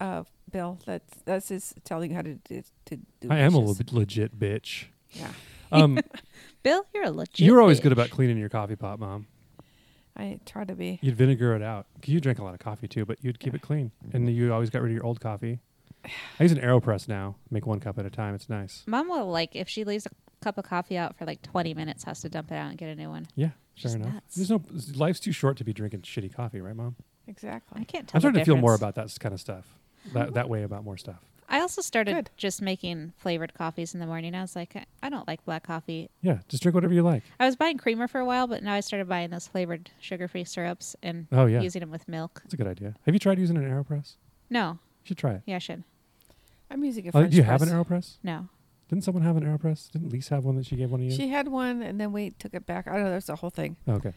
uh, Bill. That's that's his telling you how to do, to do. I am a dishes. le- legit bitch. Yeah. Um, Bill, you're a legit. you're always good bitch. about cleaning your coffee pot, Mom. I try to be. You'd vinegar it out. 'Cause You drank a lot of coffee too, but you'd keep it clean, and you always got rid of your old coffee. I use an Aeropress now. Make one cup at a time. It's nice. Mom will like if she leaves a cup of coffee out for like 20 minutes, has to dump it out and get a new one. Yeah, She's fair enough. nuts. There's no life's too short to be drinking shitty coffee, right, Mom? I Exactly. can't tell. I'm starting the to feel more difference. about that kind of stuff. That that way about more stuff. I also started Good. just making flavored coffees in the morning. I was like, I, I don't like black coffee. Yeah, just drink whatever you like. I was buying creamer for a while, but now I started buying those flavored sugar-free syrups and Oh, yeah. using them with milk. That's a good idea. Have you tried using an Aeropress? No, You should try it. yeah, I should. I'm using a Oh, French do you have an press. Aeropress? No, Didn't someone have an Aeropress? Didn't Lisa have one that she gave one of you? She had one, and then we took it back. I don't know. There's a whole thing. Oh, okay.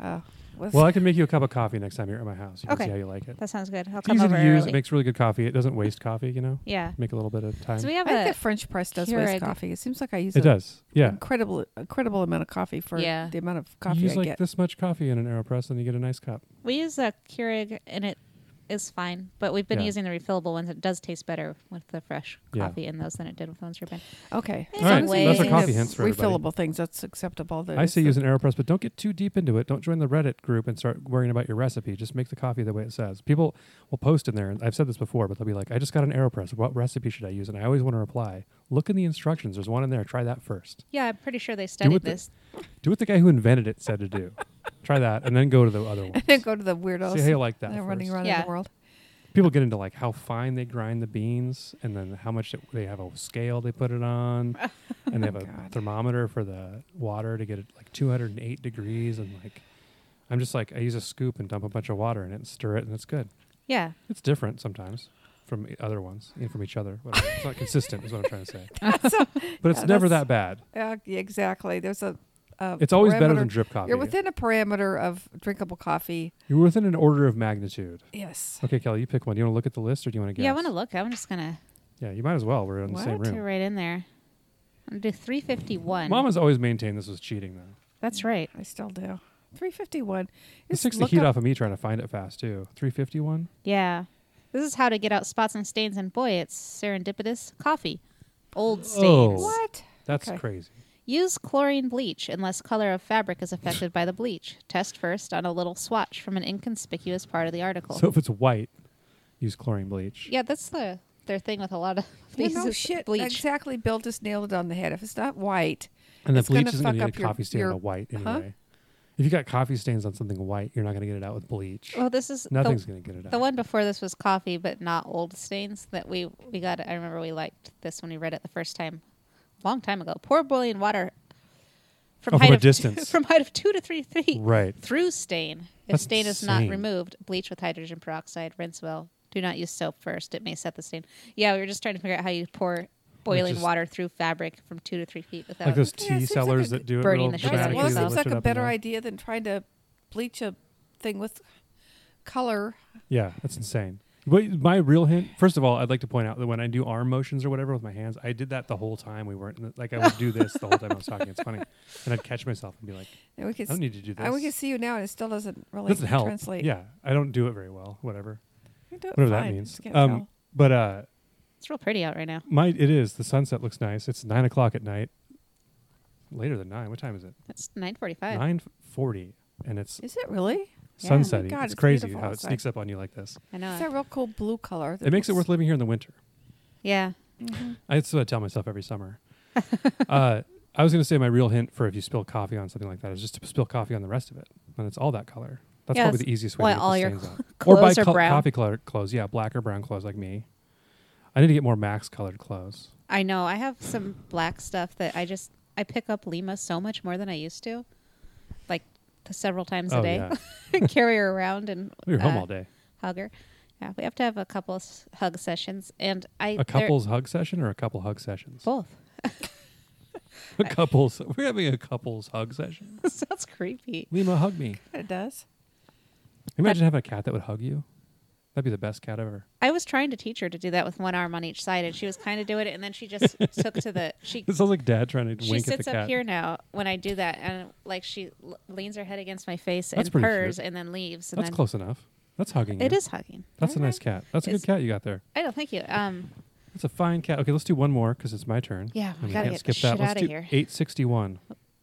Uh, was- Well, I can make you a cup of coffee next time you're at my house. You can see Okay. how you like it. that sounds good. I'll It's come easy over to use. early. It makes really good coffee. It doesn't waste coffee, you know? yeah, Make a little bit of time. so we I have think a the French press does Keurig. waste coffee. It seems like I use it a does. Yeah. incredible, incredible amount of coffee for Yeah. the amount of coffee you use I like get. this much coffee in an Aeropress and you get a nice cup. we use a Keurig and it is fine, but we've been Yeah. using the refillable ones. It does taste better with the fresh Yeah. coffee in those than it did with ones ribbon. Okay, All right, you're those are using coffee the hints for everybody. refillable things. That's acceptable. I There's say the- use an Aeropress, but don't get too deep into it. Don't join the Reddit group and start worrying about your recipe. Just make the coffee the way it says. People will post in there, and I've said this before, but they'll be like, I just got an Aeropress. What recipe should I use? And I always want to reply, look in the instructions. There's one in there. Try that first. Yeah, I'm pretty sure they what studied the- this. Do what the guy who invented it said to do. Try that, and then go to the other one. and then go to the weirdos. See how you like that. They're first. running around in Yeah. the world. people get into like how fine they grind the beans and then how much it, they have a scale they put it on and they have a Oh God. thermometer for the water to get it like 208 degrees and like i'm just like i use a scoop and dump a bunch of water in it and stir it and it's good Yeah. it's different sometimes from e- other ones and from each other whatever. it's not consistent is what i'm trying to say but it's yeah, never that's- that bad Uh, yeah, exactly. There's a. a it's always better parameter- than drip coffee You're within a parameter of drinkable coffee. You're within an order of magnitude Yes. okay kelly you pick one you want to look at the list or do you want to guess Yeah, I want to look. I'm just gonna yeah you might as well we're in the same what? room right in there. I'm gonna do 351. Mom has always maintained this was cheating, though. That's right. I still do. 351. This takes the look heat up- off of me trying to find it fast too. Three fifty one. Yeah. This is how to get out spots and stains, and boy, it's serendipitous. Coffee. Old stains. Oh. What? That's Okay. crazy. Use chlorine bleach unless color of fabric is affected by the bleach. Test first on a little swatch from an inconspicuous part of the article. So if it's white, use chlorine bleach. yeah, that's the their thing with a lot of Yeah, these no is shit. bleach. Exactly. Bill just nailed it on the head. If it's not white, And the It's gonna bleach isn't going to fuck get up a your- coffee stain your- on a white Huh? anyway. If you got coffee stains on something white, you're not going to get it out with bleach. Well, this is Nothing's the, going to get it the out. one before this was coffee, but not old stains that we we got. I remember we liked this when we read it the first time, long time ago. Pour boiling water from Oh, from height a of distance. from height of two to three feet Right. through stain. If That's stain is not insane. removed, bleach with hydrogen peroxide. Rinse well. Do not use soap first; it may set the stain. Yeah, we were just trying to figure out how you pour boiling just- water through fabric from two to three feet without. Like those Yeah, tea it seems like sellers a- that do it burning real the shit out of dramatically. well, it you, they though. seems lift like it a up and better down. idea than trying to bleach a thing with color. Yeah, that's insane. But my real hint, first of all, I'd like to point out that when I do arm motions or whatever with my hands, I did that the whole time we weren't in the- like I would do this the whole time I was talking. It's funny, and I'd catch myself and be like, And we could, I don't need to do this. and we can see you now, and it still doesn't really doesn't help. translate. Yeah, I don't do it very well. Whatever, You do it whatever that fine. means. Just can't Um, tell. but uh, It's real pretty out right now. my it is the sunset looks nice. It's nine o'clock at night. Later than nine. What time is it? It's nine forty-five. Nine forty, and it's Is it really? Yeah. sunsetting. Oh my God, it's it's crazy beautiful how it outside. sneaks up on you like this. I know. It's a it. real cool blue color. that It makes it worth looks- Mm-hmm. living here in the winter. Yeah. I- That's what I tell myself every summer. uh, I was going to say my real hint for if you spill coffee on something like that is just to spill coffee on the rest of it, and it's all that color. That's Yeah, probably that's the easiest why way. to get all the your stains out. or buy clothes are col- brown. coffee color clothes. Yeah, black or brown clothes like me. I need to get more Max colored clothes. I know. I have some black stuff that I just I pick up Lima so much more than I used to, like th- several times a Oh, day. Carry her around and We were home uh, all day. Hug her. Yeah, we have to have a couple s- hug sessions, and I A they're- couple's hug session or a couple hug sessions? both. A couple's. We're having a couple's hug session. Sounds creepy. Lima, hug me. It does. Imagine having a cat that would hug you. That'd be the best cat ever. I was trying to teach her to do that with one arm on each side, and she was kind of doing it, and then she just took to the she. It sounds like Dad trying to She wink at sits the up cat. here now when I do that, and like she l- leans her head against my face That's and pretty purrs, cute. and then leaves. And That's then close enough. That's hugging. It you. is hugging. That's a nice cat. That's a good It's- cat you got there. I don't thank you. Um, That's a fine cat. Okay, let's do one more because it's my turn. Yeah, we we gotta can't skip get that. shit let's outta do here. 861.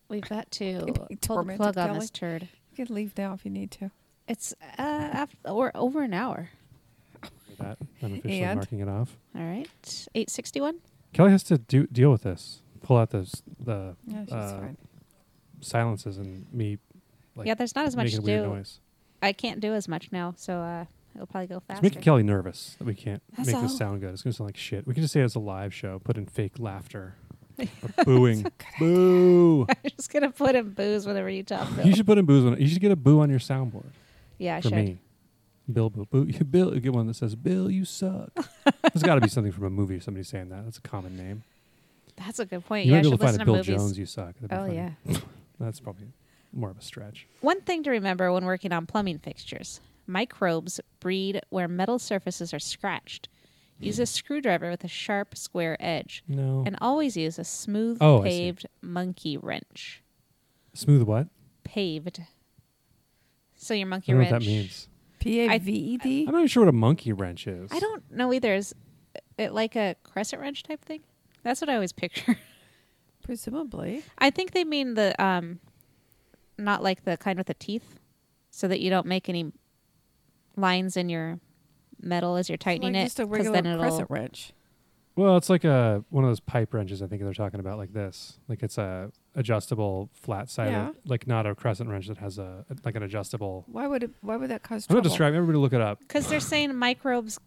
We've got to being pull the tormented, plug on Kelly. this turd. You can leave now if you need to. It's uh, after, or over an hour. That I'm officially And? marking it off. All right, eight sixty-one. Kelly has to do, deal with this. Pull out those the No, she's Uh, fine. silences and me. Like, yeah, there's not as much to making weird do. noise. I can't do as much now, so uh, it'll probably go It's faster. making Kelly nervous that we can't That's make all. this sound good. It's gonna sound like shit. We can just say it's a live show. Put in fake laughter, or booing, boo. I'm just gonna put in booze whenever you talk. Bill. you should put in booze. On, you should get a boo on your soundboard. yeah, I for should. me. Bill, boo, boo, Bill, you get one that says "Bill, you suck." There's got to be something from a movie. Somebody saying that. That's a common name. That's a good point. You yeah, might I be should able to find listen a to Bill movies. Jones. You suck. That'd be oh funny. yeah. that's probably more of a stretch. One thing to remember when working on plumbing fixtures microbes breed where metal surfaces are scratched. Use a screwdriver with a sharp, square edge. No. And always use a smooth, Oh, I see. paved monkey wrench. Smooth what? Paved. So your I monkey don't know wrench. what that means. P A V E D. I'm not even sure what a monkey wrench is. I don't know either. Is it like a crescent wrench type thing? That's what I always picture. Presumably. I think they mean the um, not like the kind with the teeth, so that you don't make any lines in your metal as you're tightening like it. just a 'cause regular then it'll, crescent wrench. Well, it's like a one of those pipe wrenches. I think they're talking about like this. Like it's a adjustable flat sided, Yeah. like not a crescent wrench that has a like an adjustable. Why would it? Why would that cause I'm trouble? not describing. Everybody look it up. Because they're saying microbes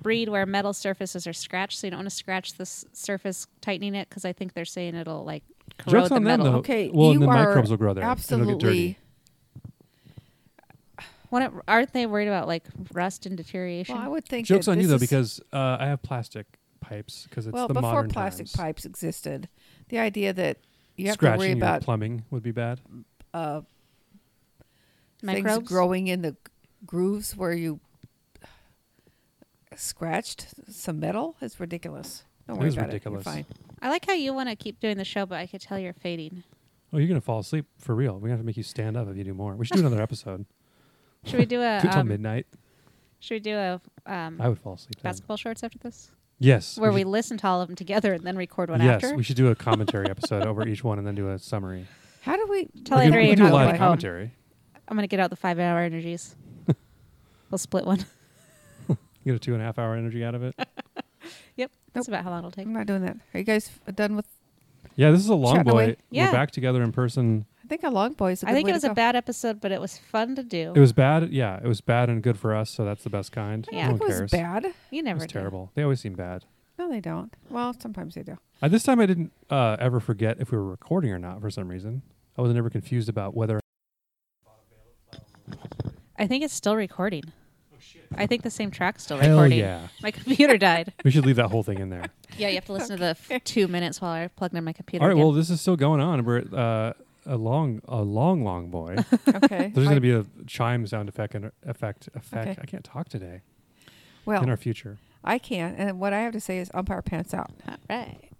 breed where metal surfaces are scratched, so you don't want to scratch the s- surface tightening it. Because I think they're saying it'll like corrode Jokes the on them metal. though. Okay, Well, and you the are microbes will grow there. and It'll get dirty. Absolutely. When it, aren't they worried about like rust and deterioration? Well, I would think. Jokes that on you this though, because is- uh, I have plastic pipes because it's well, the before modern plastic times. pipes existed, the idea that you have Scratching to worry your about plumbing would be bad. uh, things Microbes? growing in the grooves where you scratched some metal is ridiculous. Don't It worry is about ridiculous. it. You're fine. I like how you want to keep doing the show, but I could tell you're fading. Oh, you're gonna fall asleep for real. We're gonna have to make you stand up if you do more. We should do another episode. Should we do a? Uh, Do it till um, midnight. should we do a um, I would fall asleep. Then. basketball shorts after this, Yes. where we should- listen to all of them together and then record one yes, after? we should do a commentary episode over each one and then do a summary. How do we? Tell we you can- we three can do and a live I'll go home. commentary. I'm gonna get out the five hour energies. we'll split one. You get a two and a half hour energy out of it. yep, that's about how long it'll take. Oh, I'm not doing that. Are you guys f- done with? Yeah, this is a long Chatting boy. away. Yeah. We're back together in person. I think a long boy is. a I good think way it to was a go. bad episode, but it was fun to do. Oh. It was bad. Yeah, it was bad and good for us. So that's the best kind. no Yeah. I one think it cares. was bad. you It never was do. terrible. They always seem bad. No, they don't. Well, sometimes they do. At this time, I didn't uh, ever forget if we were recording or not for some reason. I was never confused about whether. I think it's still recording. I think the same track's still Hell recording. yeah. My computer died. We should leave that whole thing in there. yeah, you have to listen to the f- two minutes while I plugged in my computer. All right. again. Well, this is still going on. We're at uh, a long, a long, long boy. Okay. There's going I- to be a chime sound effect. and- Effect. Effect. Okay. I can't talk today. well, In our future. I can, and what I have to say is umpire pants out. All right.